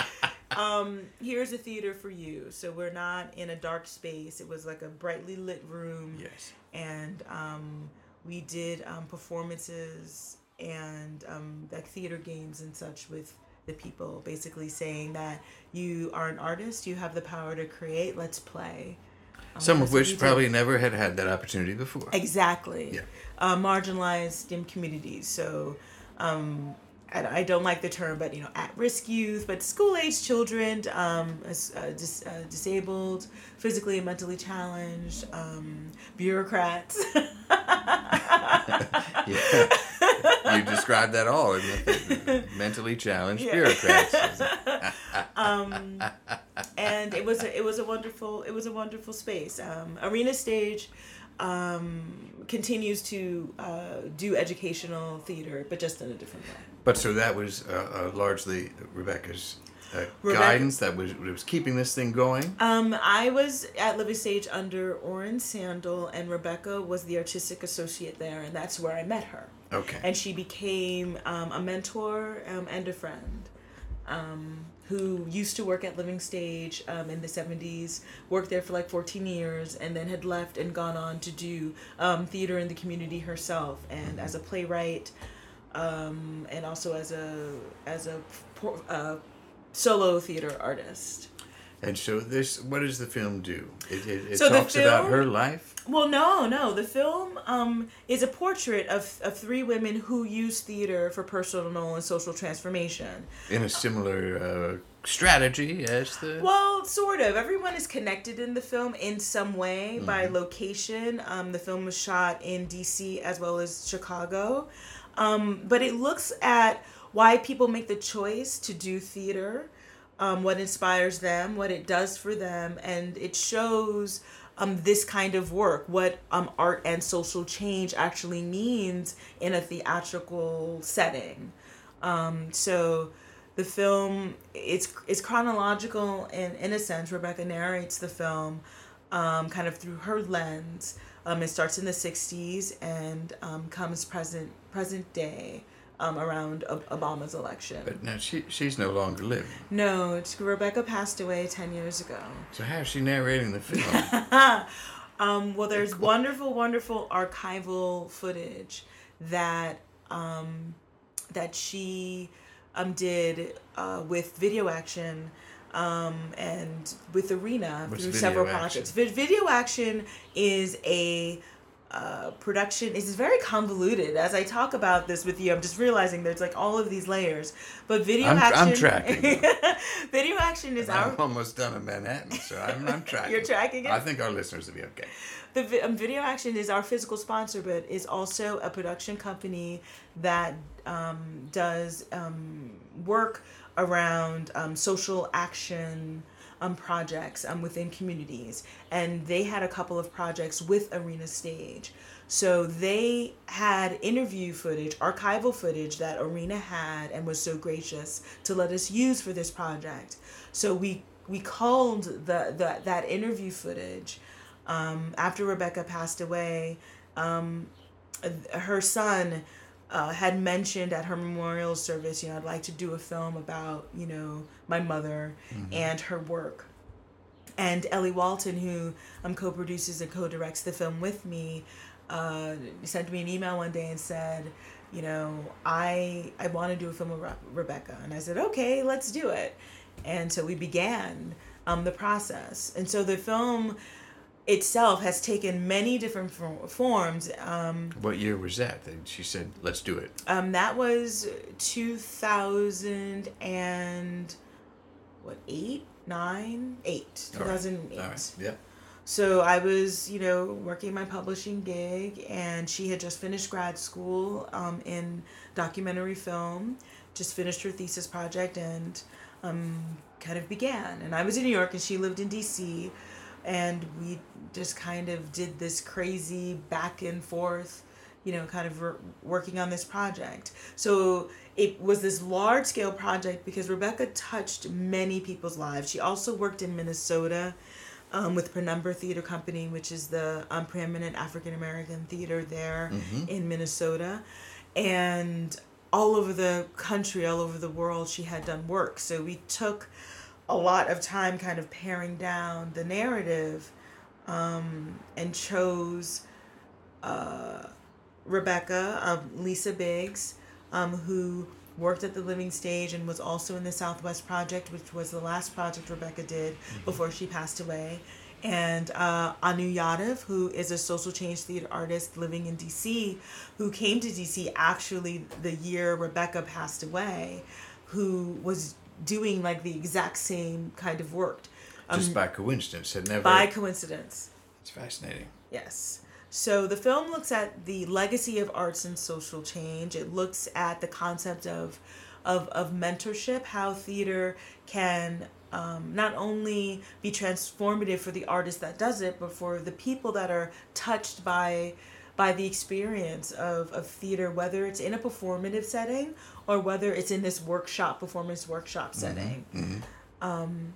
Speaker 2: um, here's a theater for you. So we're not in a dark space. It was like a brightly lit room.
Speaker 1: Yes.
Speaker 2: And um, we did um, performances and um, like theater games and such with the people, basically saying that you are an artist, you have the power to create, let's play. Um,
Speaker 1: Some
Speaker 2: that's
Speaker 1: of
Speaker 2: what we
Speaker 1: which
Speaker 2: did.
Speaker 1: probably never had had that opportunity before.
Speaker 2: Exactly.
Speaker 1: Yeah.
Speaker 2: Uh, marginalized in communities. So, um, I, I don't like the term, but you know, at-risk youth, but school-aged children, um, as- uh, dis- uh, disabled, physically and mentally challenged, um, bureaucrats.
Speaker 1: Yeah. you described that all in the mentally challenged
Speaker 2: Yeah.
Speaker 1: bureaucrats.
Speaker 2: and it was a, it was a wonderful it was a wonderful space. Um, Arena Stage um, continues to uh, do educational theater, but just in a different way.
Speaker 1: But so that was uh, uh, largely Rebecca's uh,
Speaker 2: Rebecca-
Speaker 1: guidance that was, was keeping this thing going.
Speaker 2: Um, I was at Living Stage under Oren Sandel, and Rebecca was the artistic associate there, and that's where I met her.
Speaker 1: Okay.
Speaker 2: And she became um, a mentor um, and a friend um, who used to work at Living Stage um, in the 70s, worked there for like 14 years, and then had left and gone on to do um, theater in the community herself and as a playwright um, and also as a, as a por- uh, solo theater artist.
Speaker 1: And so this, what does the film do? It, it, it
Speaker 2: So the
Speaker 1: talks about
Speaker 2: film-
Speaker 1: her life.
Speaker 2: Well, no, no. The film um, is a portrait of, of three women who use theater for personal and social transformation.
Speaker 1: in a similar uh, strategy as the
Speaker 2: Well, sort of. Everyone is connected in the film in some way by location. Um, the film was shot in DC as well as Chicago. Um, but it looks at why people make the choice to do theater, um, what inspires them, what it does for them, and it shows. Um, this kind of work, what um, art and social change actually means in a theatrical setting. Um, so the film it's it's chronological and in a sense Rebecca narrates the film um, kind of through her lens. Um, it starts in the '60s and um, comes present present day um, around Ob- Obama's election.
Speaker 1: but now she she's no longer living.
Speaker 2: no, it's, Rebecca passed away ten years ago.
Speaker 1: So how is she narrating the film?
Speaker 2: Um, well, there's wonderful, wonderful archival footage that um, that she um, did uh, with Video Action um, and with Arena
Speaker 1: What's
Speaker 2: through
Speaker 1: Video
Speaker 2: several
Speaker 1: Action?
Speaker 2: projects. Vi- video Action is a uh, production is very convoluted. As I talk about this with you, I'm just realizing there's like all of these layers. But video
Speaker 1: I'm- I'm
Speaker 2: action,
Speaker 1: tracking.
Speaker 2: video action is our
Speaker 1: I'm almost done in Manhattan, so I'm, I'm tracking.
Speaker 2: You're tracking it?
Speaker 1: I think our listeners will be okay.
Speaker 2: The vi- um, Video Action is our physical sponsor, but is also a production company that um, does um, work around um, social action um, projects um, within communities. And they had a couple of projects with Arena Stage. So they had interview footage, archival footage that Arena had and was so gracious to let us use for this project. So we we culled the, the that interview footage um, after Rebecca passed away, um, her son uh, had mentioned at her memorial service, you know, I'd like to do a film about, you know, my mother and her work. And Ellie Walton, who um, co produces and co directs the film with me, uh, sent me an email one day and said, you know, I, I want to do a film with Re- Rebecca. And I said, okay, let's do it. And so we began um, the process. And so the film itself has taken many different for- forms. Um,
Speaker 1: What year was that? That she said, "Let's do it."
Speaker 2: um, that was 2000 and what eight, nine, eight,
Speaker 1: All right.
Speaker 2: 2008.
Speaker 1: All right. Yeah.
Speaker 2: So I was, you know, working my publishing gig, and she had just finished grad school um, in documentary film, just finished her thesis project, and um, kind of began. And I was in New York, and she lived in D.C., and we just kind of did this crazy back and forth, you know, kind of wor- working on this project. So it was this large scale project because Rebecca touched many people's lives. She also worked in Minnesota um, with Penumbra Theater Company, which is the um, preeminent African American theater there in Minnesota, and all over the country, all over the world, she had done work. So we took a lot of time kind of paring down the narrative um, and chose uh, Rebecca, um, Lisa Biggs, um, who worked at the Living Stage and was also in the Southwest Project, which was the last project Rebecca did before she passed away. And uh, Anu Yadav, who is a social change theater artist living in DC, who came to DC actually the year Rebecca passed away, who was doing like the exact same kind of work. Um,
Speaker 1: Just by coincidence, had never.
Speaker 2: by coincidence.
Speaker 1: it's fascinating.
Speaker 2: Yes. So the film looks at the legacy of arts and social change. It looks at the concept of of, of mentorship, how theater can um, not only be transformative for the artist that does it, but for the people that are touched by by the experience of, of theater, whether it's in a performative setting or whether it's in this workshop performance workshop setting. Um,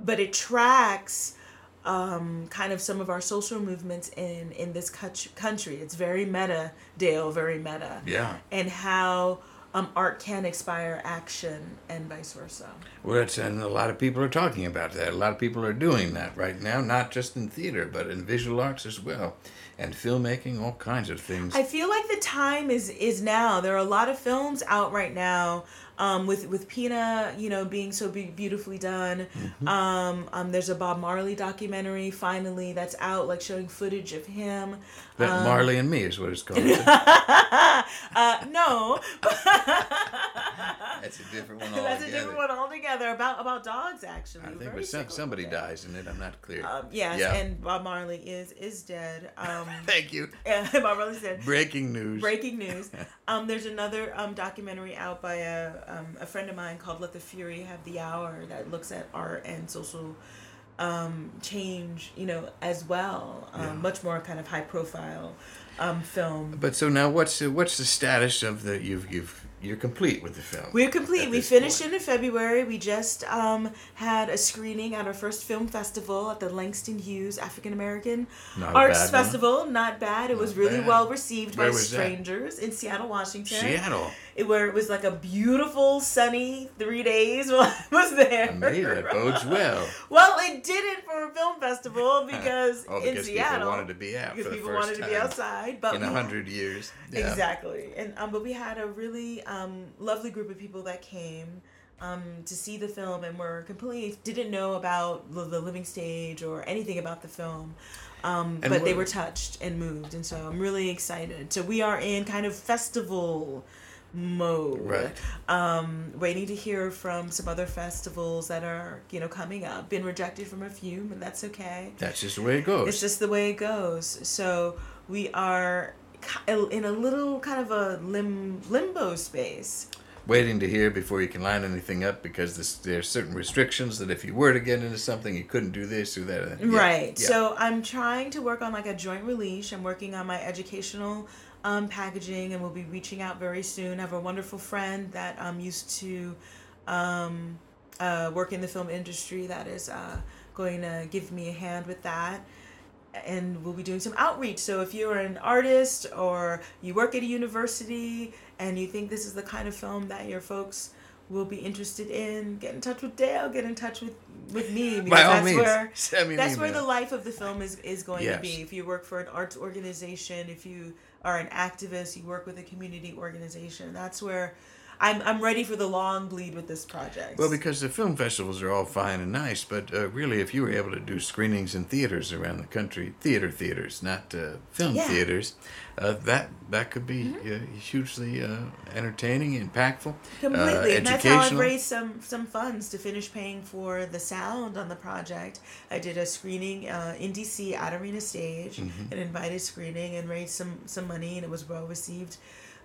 Speaker 2: but it tracks um, kind of some of our social movements in in this cou- country. It's very meta, Dale, very meta.
Speaker 1: Yeah.
Speaker 2: And how um, art can inspire action and vice versa.
Speaker 1: Well, that's, and a lot of people are talking about that. A lot of people are doing that right now, not just in theater, but in visual arts as well, and filmmaking, all kinds of things.
Speaker 2: I feel like the time is is now. There are a lot of films out right now. Um, with with Pina, you know, being so be- beautifully done. Um, um, there's a Bob Marley documentary finally that's out, like showing footage of him.
Speaker 1: that
Speaker 2: um,
Speaker 1: Marley and Me is what it's called.
Speaker 2: Uh, no,
Speaker 1: that's a different one
Speaker 2: that's a different one altogether about about dogs actually.
Speaker 1: I think
Speaker 2: Very
Speaker 1: but some,
Speaker 2: sickening.
Speaker 1: somebody dies in it. I'm not clear.
Speaker 2: Um, yes,
Speaker 1: Yeah.
Speaker 2: and Bob Marley is is dead. Um,
Speaker 1: Thank you.
Speaker 2: and Bob Marley's dead.
Speaker 1: Breaking news.
Speaker 2: Breaking news. Um, there's another um, documentary out by a, um, a friend of mine called Let the Fury Have the Hour that looks at art and social um, change, you know, as well. Um, Much more kind of high profile um, film.
Speaker 1: But so now, what's the, what's the status of the you've you've you're complete with the film?
Speaker 2: We're
Speaker 1: at
Speaker 2: complete. We
Speaker 1: this
Speaker 2: finished
Speaker 1: point.
Speaker 2: it in February. We just um, had a screening at our first film festival at the Langston Hughes African American
Speaker 1: Not a
Speaker 2: Arts
Speaker 1: bad one.
Speaker 2: Festival. Not bad. It was really
Speaker 1: bad.
Speaker 2: well received
Speaker 1: Where
Speaker 2: by
Speaker 1: was that?
Speaker 2: strangers in Seattle, Washington.
Speaker 1: Seattle.
Speaker 2: It, where it was like a beautiful, sunny three days while I was there.
Speaker 1: Maybe that bodes well.
Speaker 2: Well, it did it for a film festival because
Speaker 1: Oh,
Speaker 2: in
Speaker 1: because people
Speaker 2: Seattle.
Speaker 1: wanted to be out
Speaker 2: because
Speaker 1: for the
Speaker 2: people
Speaker 1: first
Speaker 2: wanted
Speaker 1: time
Speaker 2: to be outside, but
Speaker 1: in a
Speaker 2: we-
Speaker 1: hundred years. Yeah.
Speaker 2: Um, Exactly. And um, but we had a really um, lovely group of people that came um, to see the film and were completely didn't know about the, the living stage or anything about the film. Um,
Speaker 1: And
Speaker 2: but they
Speaker 1: what-
Speaker 2: were touched and moved, and so I'm really excited. So we are in kind of festival mode,
Speaker 1: Right.
Speaker 2: um, waiting to hear from some other festivals that are you know coming up. Been rejected from a few, but that's okay.
Speaker 1: That's just the way it goes.
Speaker 2: It's just the way it goes. So we are ki- in a little kind of a lim- limbo space.
Speaker 1: Waiting to hear before you can line anything up because this, there are certain restrictions that if you were to get into something, you couldn't do this or that. or that. Yeah,
Speaker 2: Right.
Speaker 1: yeah.
Speaker 2: So I'm trying to work on like a joint release. I'm working on my educational um, packaging and we'll be reaching out very soon. I have a wonderful friend that um, used to um, uh, work in the film industry that is uh, going to give me a hand with that. and we'll be doing some outreach. So if you're an artist or you work at a university and you think this is the kind of film that your folks will be interested in, get in touch with Dale, get in touch with with me because
Speaker 1: By all
Speaker 2: that's
Speaker 1: means,
Speaker 2: where
Speaker 1: send me an
Speaker 2: that's where the
Speaker 1: email.
Speaker 2: life of the film is is going
Speaker 1: Yes.
Speaker 2: to be. If you work for an arts organization, if you are an activist, you work with a community organization. That's where I'm I'm ready for the long bleed with this project.
Speaker 1: Well, because the film festivals are all fine and nice, but uh, really, if you were able to do screenings in theaters around the country, theater theaters, not uh, film
Speaker 2: Yeah. Mm-hmm.
Speaker 1: theaters, uh, that that could be uh, hugely uh, entertaining, impactful,
Speaker 2: Completely,
Speaker 1: uh,
Speaker 2: and that's how I've
Speaker 1: educational.
Speaker 2: raised some some funds to finish paying for the sound on the project. I did a screening uh, in DC at Arena Stage,
Speaker 1: Mm-hmm.
Speaker 2: an invited screening, and raised some some money, and it was well received.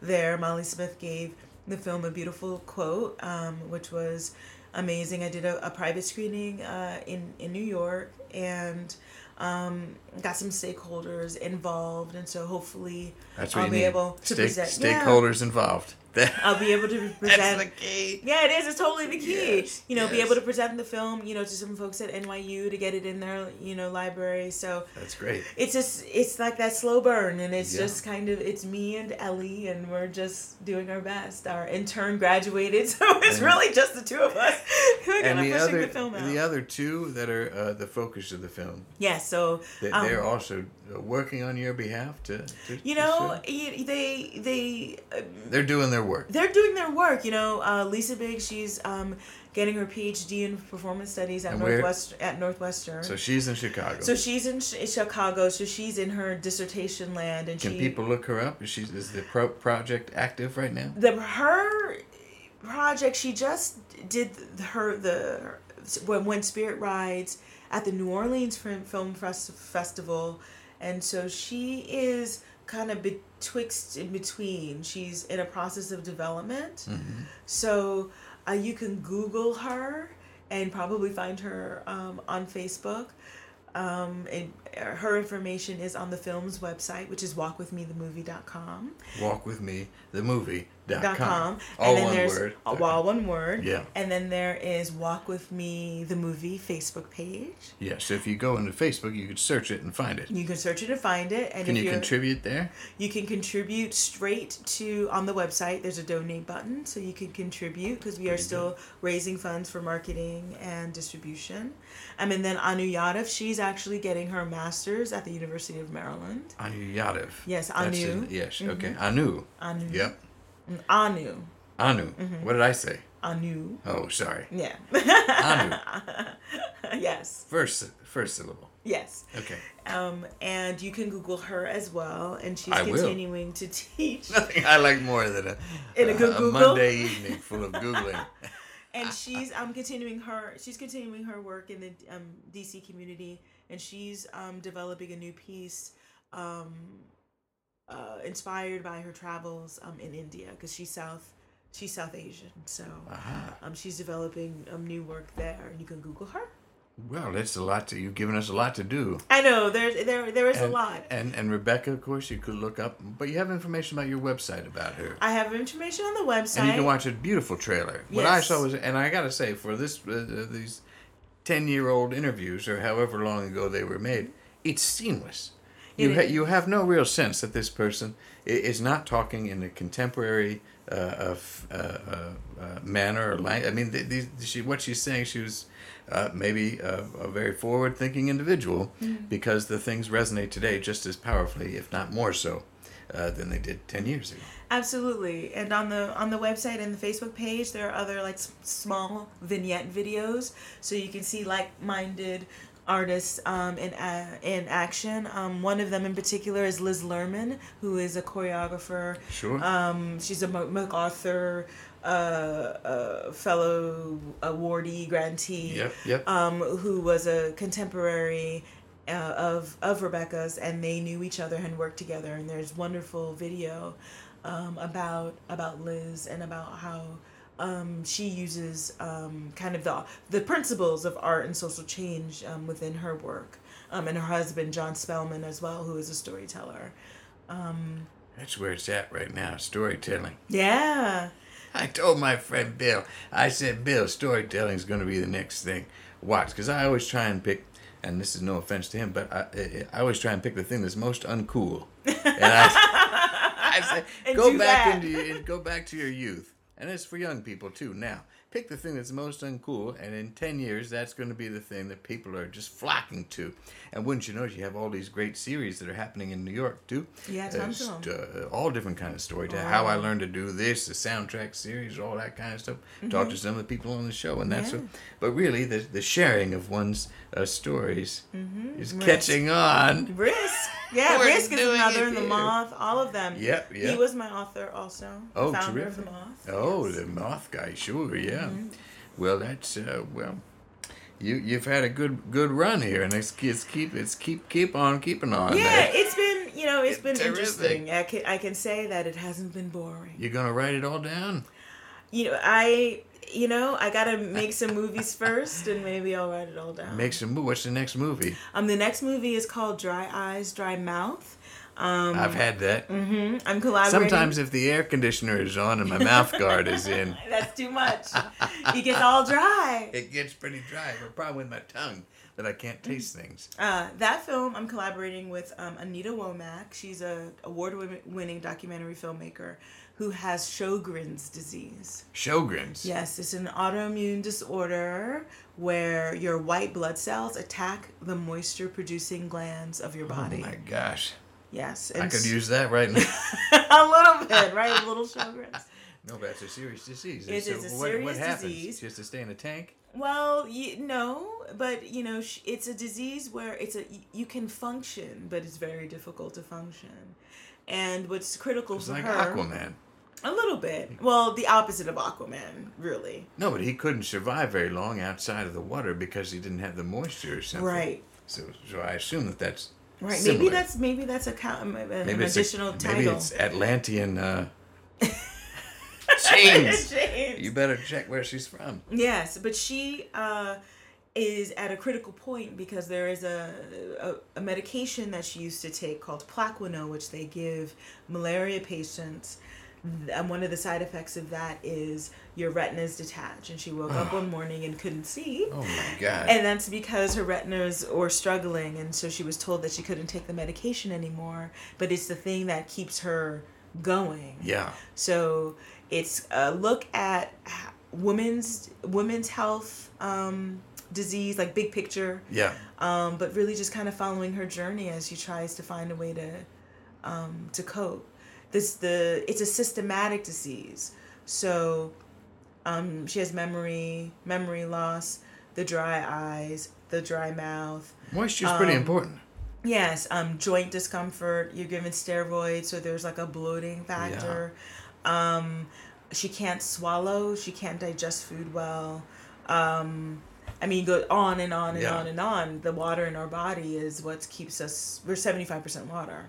Speaker 2: There, Molly Smith gave the film a beautiful quote, um, which was amazing. I did a, a private screening uh, in in New York, and um, got some stakeholders involved, and so hopefully
Speaker 1: That's what
Speaker 2: I'll
Speaker 1: you
Speaker 2: be
Speaker 1: need.
Speaker 2: able to
Speaker 1: Stake-
Speaker 2: present yeah.
Speaker 1: stakeholders involved.
Speaker 2: I'll be able to
Speaker 1: That's the
Speaker 2: present.
Speaker 1: key.
Speaker 2: Yeah, it is. It's totally the key.
Speaker 1: Yes,
Speaker 2: you know, be
Speaker 1: yes.
Speaker 2: able to present the film, you know, to some folks at NYU to get it in their, you know, library. So
Speaker 1: That's great.
Speaker 2: it's just, it's like that slow burn, and it's
Speaker 1: Yeah.
Speaker 2: just kind of, it's me and Ellie, and we're just doing our best. Our intern graduated, so it's
Speaker 1: And-
Speaker 2: really just the two of us who are
Speaker 1: And
Speaker 2: gonna
Speaker 1: the
Speaker 2: pushing
Speaker 1: other,
Speaker 2: the film out.
Speaker 1: the other two that are uh, the focus of the film,
Speaker 2: yeah. So
Speaker 1: they,
Speaker 2: um,
Speaker 1: they're also uh, working on your behalf to. to
Speaker 2: you
Speaker 1: to
Speaker 2: know,
Speaker 1: show-
Speaker 2: y- they they uh,
Speaker 1: they're doing their work.
Speaker 2: they're doing their work. You know, uh, Lisa Big, she's um, getting her PhD in performance studies at
Speaker 1: And where-
Speaker 2: Northwest at Northwestern.
Speaker 1: So she's in Chicago.
Speaker 2: So she's in Ch- Chicago. So she's in her dissertation land, and
Speaker 1: Can
Speaker 2: she
Speaker 1: people look her up? Is she is the pro- project active right now?
Speaker 2: the her project. She just did th- her the when when Spirit Rides at the New Orleans Film Film Fest- Festival, and so she is kind of betwixt in between. She's in a process of development. So uh, you can Google her and probably find her um, on Facebook. Um, and her information is on the film's website, which is walkwithmethemovie.com.
Speaker 1: Walk with me, the movie dot
Speaker 2: Dot
Speaker 1: com.
Speaker 2: com.
Speaker 1: All
Speaker 2: and then
Speaker 1: one
Speaker 2: there's
Speaker 1: word.
Speaker 2: uh, well, one word.
Speaker 1: Yeah.
Speaker 2: And then there is Walk With Me, the movie Facebook page.
Speaker 1: Yeah. So if you go into Facebook, you could search it and find it.
Speaker 2: You can search it and find it. And
Speaker 1: Can
Speaker 2: if
Speaker 1: you
Speaker 2: you're-
Speaker 1: contribute there?
Speaker 2: You can contribute straight to on the website. There's a donate button, so you can contribute because we are still raising funds for marketing and distribution. Um, and then Anu Yadav, she's actually getting her master's at the University of Maryland.
Speaker 1: Anu Yadav.
Speaker 2: Yes,
Speaker 1: That's
Speaker 2: Anu. Mm-hmm.
Speaker 1: it. yes. Okay. Anu.
Speaker 2: Anu.
Speaker 1: Yep.
Speaker 2: Anu.
Speaker 1: Anu.
Speaker 2: Mm-hmm.
Speaker 1: What did I say?
Speaker 2: Anu.
Speaker 1: Oh, sorry.
Speaker 2: Yeah.
Speaker 1: Anu.
Speaker 2: yes.
Speaker 1: First, sy- first syllable.
Speaker 2: Yes.
Speaker 1: Okay.
Speaker 2: Um, and you can Google her as well, and she's
Speaker 1: I will.
Speaker 2: continuing to teach.
Speaker 1: Nothing I like more than a,
Speaker 2: In a good Google?
Speaker 1: Monday evening full of googling.
Speaker 2: and she's um continuing her she's continuing her work in the um, DC community, and she's um developing a new piece, um, uh, inspired by her travels um in India because she's South she's South Asian, so
Speaker 1: Aha.
Speaker 2: um she's developing um new work there, and you can Google her.
Speaker 1: Well, that's a lot to you've given us a lot to do.
Speaker 2: I know there's there there is
Speaker 1: and,
Speaker 2: a lot.
Speaker 1: And and Rebecca, of course, you could look up, but you have information about your website about her.
Speaker 2: I have information on the website.
Speaker 1: and you can watch a beautiful trailer. What I
Speaker 2: Yes.
Speaker 1: saw was, and I gotta say, for this uh, uh, these ten year old interviews or however long ago they were made, it's seamless. You
Speaker 2: It
Speaker 1: ha-
Speaker 2: is.
Speaker 1: you have no real sense that this person i- is not talking in a contemporary uh, of, uh, uh, uh, manner or language. I mean, th- these, she what she's saying, she was. Uh, maybe a, a very forward-thinking individual,
Speaker 2: Mm-hmm.
Speaker 1: because the things resonate today just as powerfully, if not more so, uh, than they did ten years ago.
Speaker 2: Absolutely, and on the on the website and the Facebook page, there are other like s- small vignette videos, so you can see like-minded artists um, in a in action. Um, one of them in particular is Liz Lerman, who is a choreographer.
Speaker 1: Sure.
Speaker 2: Um, she's a Mac- MacArthur uh, uh, fellow awardee grantee
Speaker 1: yep. Yep.
Speaker 2: um, who was a contemporary uh, of of Rebecca's, and they knew each other and worked together. And there's wonderful video um, about about Liz and about how um, she uses um, kind of the the principles of art and social change um, within her work, um, and her husband John Spellman as well, who is a storyteller.
Speaker 1: That's where it's at right now, storytelling.
Speaker 2: Yeah.
Speaker 1: I told my friend Bill, I said, Bill, storytelling's going to be the next thing. Watch, because I always try and pick, and this is no offense to him, but I, I I always try and pick the thing that's most uncool. And I, I say,
Speaker 2: And
Speaker 1: go
Speaker 2: do
Speaker 1: back
Speaker 2: that.
Speaker 1: into your, go back to your youth, and it's for young people too. Now, pick the thing that's most uncool, and in ten years, that's going to be the thing that people are just flocking to. And wouldn't you know, it, you have all these great series that are happening in New York too.
Speaker 2: Yeah, tons of
Speaker 1: st-
Speaker 2: them.
Speaker 1: uh, all different kind of story. to How I learned to do this, the soundtrack series, all that kind of stuff. Talked to some of the people on the show and that
Speaker 2: Mm-hmm. Yeah.
Speaker 1: stuff. But really, the the sharing of one's uh, stories
Speaker 2: Mm-hmm.
Speaker 1: is catching on.
Speaker 2: Risk, yeah,
Speaker 1: We're
Speaker 2: Risk is
Speaker 1: doing
Speaker 2: another.
Speaker 1: it
Speaker 2: The
Speaker 1: here.
Speaker 2: Moth, all of them.
Speaker 1: Yep,
Speaker 2: He
Speaker 1: yep.
Speaker 2: was my author also.
Speaker 1: Oh,
Speaker 2: founder
Speaker 1: terrific!
Speaker 2: of the Moth.
Speaker 1: oh,
Speaker 2: yes.
Speaker 1: the moth guy. Sure, yeah.
Speaker 2: Mm-hmm.
Speaker 1: Well, that's uh, well. You, you've had a good good run here, and it's, it's keep it's keep keep on keeping on.
Speaker 2: Yeah,
Speaker 1: there.
Speaker 2: it's been you know it's been
Speaker 1: Terrific.
Speaker 2: interesting. I can I can say that it hasn't been boring.
Speaker 1: you're gonna write it all down.
Speaker 2: You know I you know I gotta make some movies first, and maybe I'll write it all down.
Speaker 1: Make some. mo- What's the next movie?
Speaker 2: Um, the next movie is called Dry Eyes, Dry Mouth. Um,
Speaker 1: I've had that.
Speaker 2: mhm, I'm collaborating.
Speaker 1: Uh, Sometimes if the air conditioner is on and my mouth guard is in,
Speaker 2: That's too much. It gets all dry.
Speaker 1: it gets pretty dry. The problem with my tongue that I can't taste things.
Speaker 2: Uh, that film, I'm collaborating with um, Anita Womack. She's a award-winning documentary filmmaker who has Sjogren's disease.
Speaker 1: Sjogren's.
Speaker 2: Yes, it's an autoimmune disorder where your white blood cells attack the moisture-producing glands of your
Speaker 1: Oh
Speaker 2: body.
Speaker 1: my gosh.
Speaker 2: yes,
Speaker 1: I
Speaker 2: and
Speaker 1: could
Speaker 2: s-
Speaker 1: use that right now.
Speaker 2: a little bit, right? A little Sjogren's.
Speaker 1: No, but that's a serious disease.
Speaker 2: It
Speaker 1: so
Speaker 2: is a
Speaker 1: what, what
Speaker 2: serious
Speaker 1: happens?
Speaker 2: disease.
Speaker 1: Just to stay in a tank?
Speaker 2: Well, you, no, but you know, sh- it's a disease where it's a y- you can function, but it's very difficult to function. And what's critical
Speaker 1: It's
Speaker 2: for
Speaker 1: like
Speaker 2: her,
Speaker 1: Aquaman.
Speaker 2: a little bit. Well, the opposite of Aquaman, really.
Speaker 1: No, but he couldn't survive very long outside of the water because he didn't have the moisture or something.
Speaker 2: Right.
Speaker 1: So, so I assume that that's
Speaker 2: Right. Maybe
Speaker 1: similar.
Speaker 2: that's maybe that's a count, an
Speaker 1: maybe it's a-
Speaker 2: additional title.
Speaker 1: Maybe it's Atlantean uh, chains.
Speaker 2: James.
Speaker 1: You better check where she's from.
Speaker 2: Yes, but she uh, is at a critical point because there is a, a a medication that she used to take called Plaquenil, which they give malaria patients. And one of the side effects of that is your retinas detach. And she woke up one morning and couldn't see.
Speaker 1: Oh my God.
Speaker 2: And that's because her retinas were struggling, and so she was told that she couldn't take the medication anymore. But it's the thing that keeps her going.
Speaker 1: yeah.
Speaker 2: So it's a look at h- women's women's health um, disease, like big picture,
Speaker 1: Yeah.
Speaker 2: um, but really just kind of following her journey as she tries to find a way to um, to cope. This the it's a systematic disease, so um, she has memory memory loss, the dry eyes, the dry mouth,
Speaker 1: Moisture's
Speaker 2: Um,
Speaker 1: pretty important.
Speaker 2: Yes, um, joint discomfort. You're given steroids, so there's like a bloating factor. Um, she can't swallow. She can't digest food well. Um, I mean, go on and on and
Speaker 1: Yeah.
Speaker 2: on and on. The water in our body is what keeps us. We're seventy five percent water.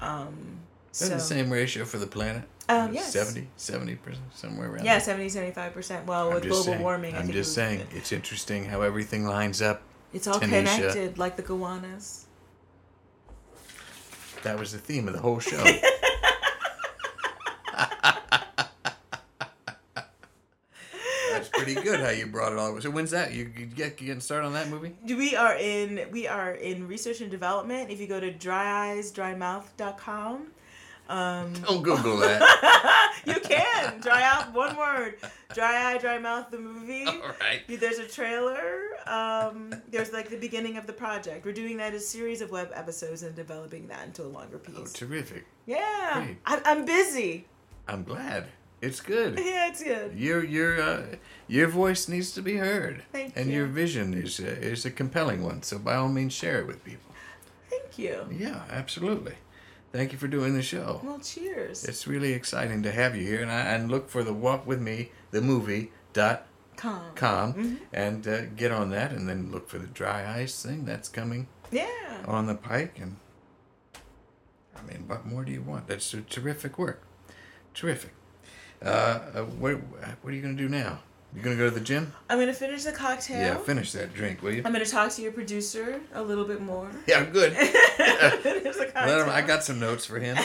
Speaker 2: Um,
Speaker 1: Isn't
Speaker 2: so
Speaker 1: the same ratio for the planet?
Speaker 2: Um, yes.
Speaker 1: 70, 70 percent, somewhere around.
Speaker 2: yeah,
Speaker 1: there?
Speaker 2: 70 75 percent. Well,
Speaker 1: I'm
Speaker 2: with
Speaker 1: just
Speaker 2: global
Speaker 1: saying,
Speaker 2: warming, I
Speaker 1: I'm
Speaker 2: think
Speaker 1: just
Speaker 2: it was-
Speaker 1: saying, it's interesting how everything lines up.
Speaker 2: it's all
Speaker 1: Tanisha.
Speaker 2: connected, like the goannas.
Speaker 1: That was the theme of the whole show. That's pretty good how you brought it all. So when's that? You, you get you getting started on that movie?
Speaker 2: we are in we are in research and development if you go to dryeyesdrymouth.com um
Speaker 1: Don't Google that.
Speaker 2: you can dry out one word dry eye dry mouth the movie
Speaker 1: all right.
Speaker 2: there's a trailer um there's like the beginning of the project we're doing that as a series of web episodes and developing that into a longer
Speaker 1: Oh,
Speaker 2: piece
Speaker 1: terrific.
Speaker 2: yeah
Speaker 1: great.
Speaker 2: I, i'm busy
Speaker 1: I'm glad. It's good.
Speaker 2: yeah it's good
Speaker 1: Your your uh, your voice needs to be heard.
Speaker 2: Thank
Speaker 1: and
Speaker 2: you.
Speaker 1: your vision is uh, is a compelling one. So by all means, share it with people.
Speaker 2: thank you
Speaker 1: Yeah, absolutely. Thank you for doing the show.
Speaker 2: well cheers
Speaker 1: It's really exciting to have you here, and I and look for the walk with me the movie dot
Speaker 2: calm
Speaker 1: com
Speaker 2: Mm-hmm.
Speaker 1: and uh, get on that, and then look for the dry ice thing that's coming
Speaker 2: yeah
Speaker 1: on the pike. And I mean, what more do you want? That's a terrific work, terrific. Uh, uh, what what are you gonna do now? You gonna go to the gym?
Speaker 2: i'm gonna finish the cocktail
Speaker 1: Yeah, finish that drink, will you?
Speaker 2: i'm gonna talk to your producer a little bit more
Speaker 1: Yeah, I'm good.
Speaker 2: There's a
Speaker 1: Let him, I
Speaker 2: cocktail.
Speaker 1: got some notes for him.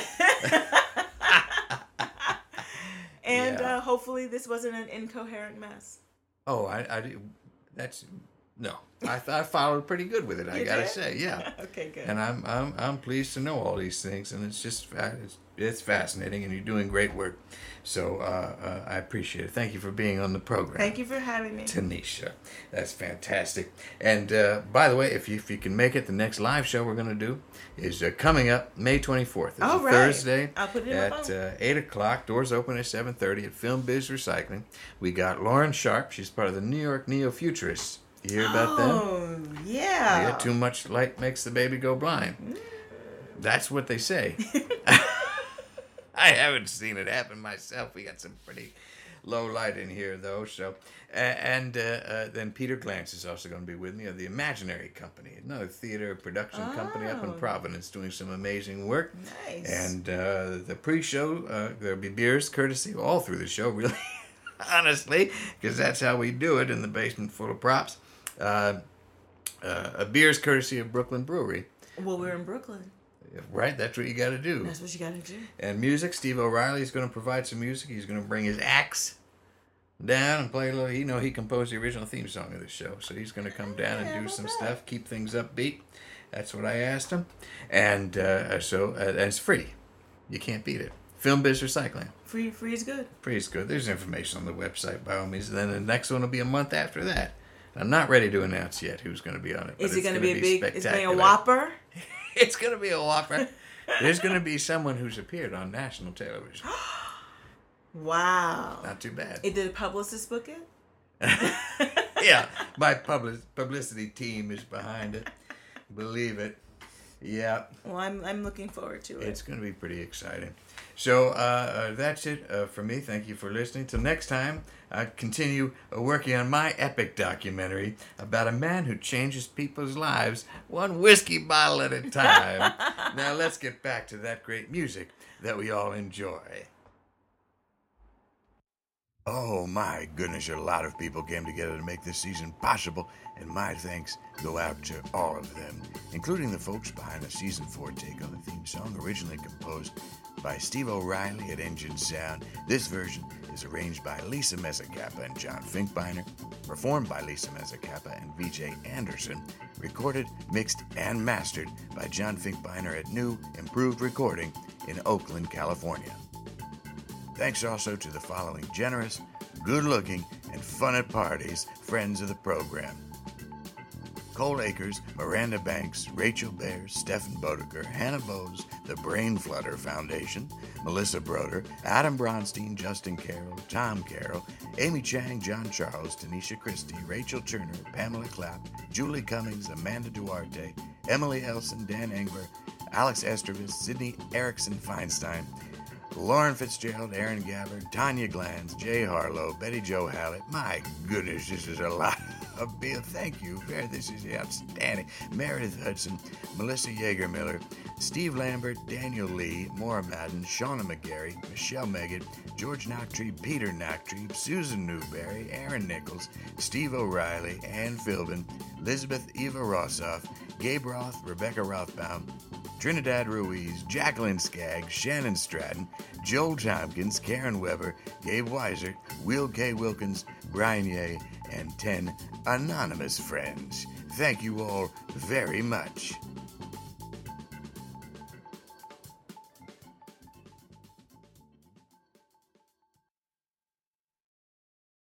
Speaker 2: and
Speaker 1: Yeah.
Speaker 2: uh, hopefully this wasn't an incoherent mess.
Speaker 1: Oh, I, I do- that's no. I th- I followed pretty good with it. I
Speaker 2: You
Speaker 1: gotta
Speaker 2: did?
Speaker 1: say, yeah.
Speaker 2: Okay, good.
Speaker 1: And I'm I'm I'm pleased to know all these things, and it's just fa- it's it's fascinating, and you're doing great work. So uh, uh, I appreciate it. Thank you for being on the program.
Speaker 2: Thank you for having me.
Speaker 1: Tanisha. That's fantastic. And uh, by the way, if you, if you can make it, the next live show we're going to do is uh, coming up May 24th. It's
Speaker 2: All
Speaker 1: a
Speaker 2: right.
Speaker 1: Thursday
Speaker 2: I'll put it in my
Speaker 1: at
Speaker 2: phone.
Speaker 1: uh, 8 o'clock. Doors open at 7.30 at Film Biz Recycling. We got Lauren Sharp. She's part of the New York Neo-Futurists. You hear about them?
Speaker 2: Oh, yeah. Mm.
Speaker 1: Yeah, too much light makes the baby go blind. That's what they say. I haven't seen it happen myself. We got some pretty low light in here, though. So, a- and uh, uh, then Peter Glantz is also going to be with me of the Imaginary Company, another theater production company up in
Speaker 2: Oh.
Speaker 1: Providence, doing some amazing work.
Speaker 2: Nice.
Speaker 1: And uh, the pre-show, uh, there'll be beers, courtesy all through the show, really, honestly, because that's how we do it in the basement full of props. Uh, uh, a beers courtesy of Brooklyn Brewery.
Speaker 2: well, we're in Brooklyn.
Speaker 1: Right, that's what you got to do.
Speaker 2: That's what you gotta do.
Speaker 1: And music, Steve O'Reilly is going to provide some music. He's going to bring his axe down and play a little. You know, he composed the original theme song of the show, so he's going to come down
Speaker 2: Yeah,
Speaker 1: and do
Speaker 2: about
Speaker 1: some
Speaker 2: that.
Speaker 1: stuff, keep things upbeat. That's what I asked him, and uh, so uh, and it's free. You can't beat it. Film biz recycling.
Speaker 2: Free, free is good.
Speaker 1: Pretty good. There's information on the website by all means. And then the next one will be a month after that. I'm not ready to announce yet who's going to be on it. but
Speaker 2: Is it
Speaker 1: it's
Speaker 2: gonna,
Speaker 1: gonna
Speaker 2: be a big? It's gonna be a
Speaker 1: spectacular.
Speaker 2: whopper.
Speaker 1: It's going to be a whopper. There's going to be someone who's appeared on national television.
Speaker 2: Wow.
Speaker 1: Not too bad.
Speaker 2: It did a publicist book it.
Speaker 1: yeah, my public publicity team is behind it. Believe it. Yeah,
Speaker 2: Well, I'm I'm looking forward to it.
Speaker 1: it's going to be pretty exciting. So uh, uh, that's it uh, for me. Thank you for listening. Till next time, I continue uh, working on my epic documentary about a man who changes people's lives one whiskey bottle at a time. now let's get back to that great music that we all enjoy. Oh my goodness, a lot of people came together to make this season possible, and my thanks go out to all of them, including the folks behind the season four take on the theme song originally composed by Steve O'Reilly at Engine Sound. This version is arranged by Lisa Mezzacappa and John Finkbeiner, performed by Lisa Mezzacappa and VJ Anderson, recorded, mixed, and mastered by John Finkbeiner at New Improved Recording in Oakland, California. Thanks also to the following generous, good looking, and fun at parties friends of the program Cole Akers, Miranda Banks, Rachel Baer, Stefan Bodeker, Hannah Bowes, the Brain Flutter Foundation, Melissa Broder, Adam Bronstein, Justin Carroll, Tom Carroll, Amy Chang, John Charles, Tanisha Christie, Rachel Turner, Pamela Clapp, Julie Cummings, Amanda Duarte, Emily Elson, Dan Engler, Alex Estrovitz, Sydney Erickson Feinstein, Lauren Fitzgerald, Aaron Gabbard, Tanya Glanz, Jay Harlow, Betty Joe Hallett. My goodness, this is a lot of beer. Thank you. Ver- This is outstanding. Meredith Hudson, Melissa Yeagermiller, Steve Lambert, Daniel Lee, Maura Madden, Shauna McGarry, Michelle Meggett, George Noctree, Peter Noctree, Susan Newberry, Aaron Nichols, Steve O'Reilly, Ann Philbin, Elizabeth Eva Rossoff, Gabe Roth, Rebecca Rothbaum, Trinidad Ruiz, Jacqueline Skaggs, Shannon Stratton, Joel Tompkins, Karen Weber, Gabe Weisert, Will K. Wilkins, Brian Ye, and 10 anonymous friends. Thank you all very much.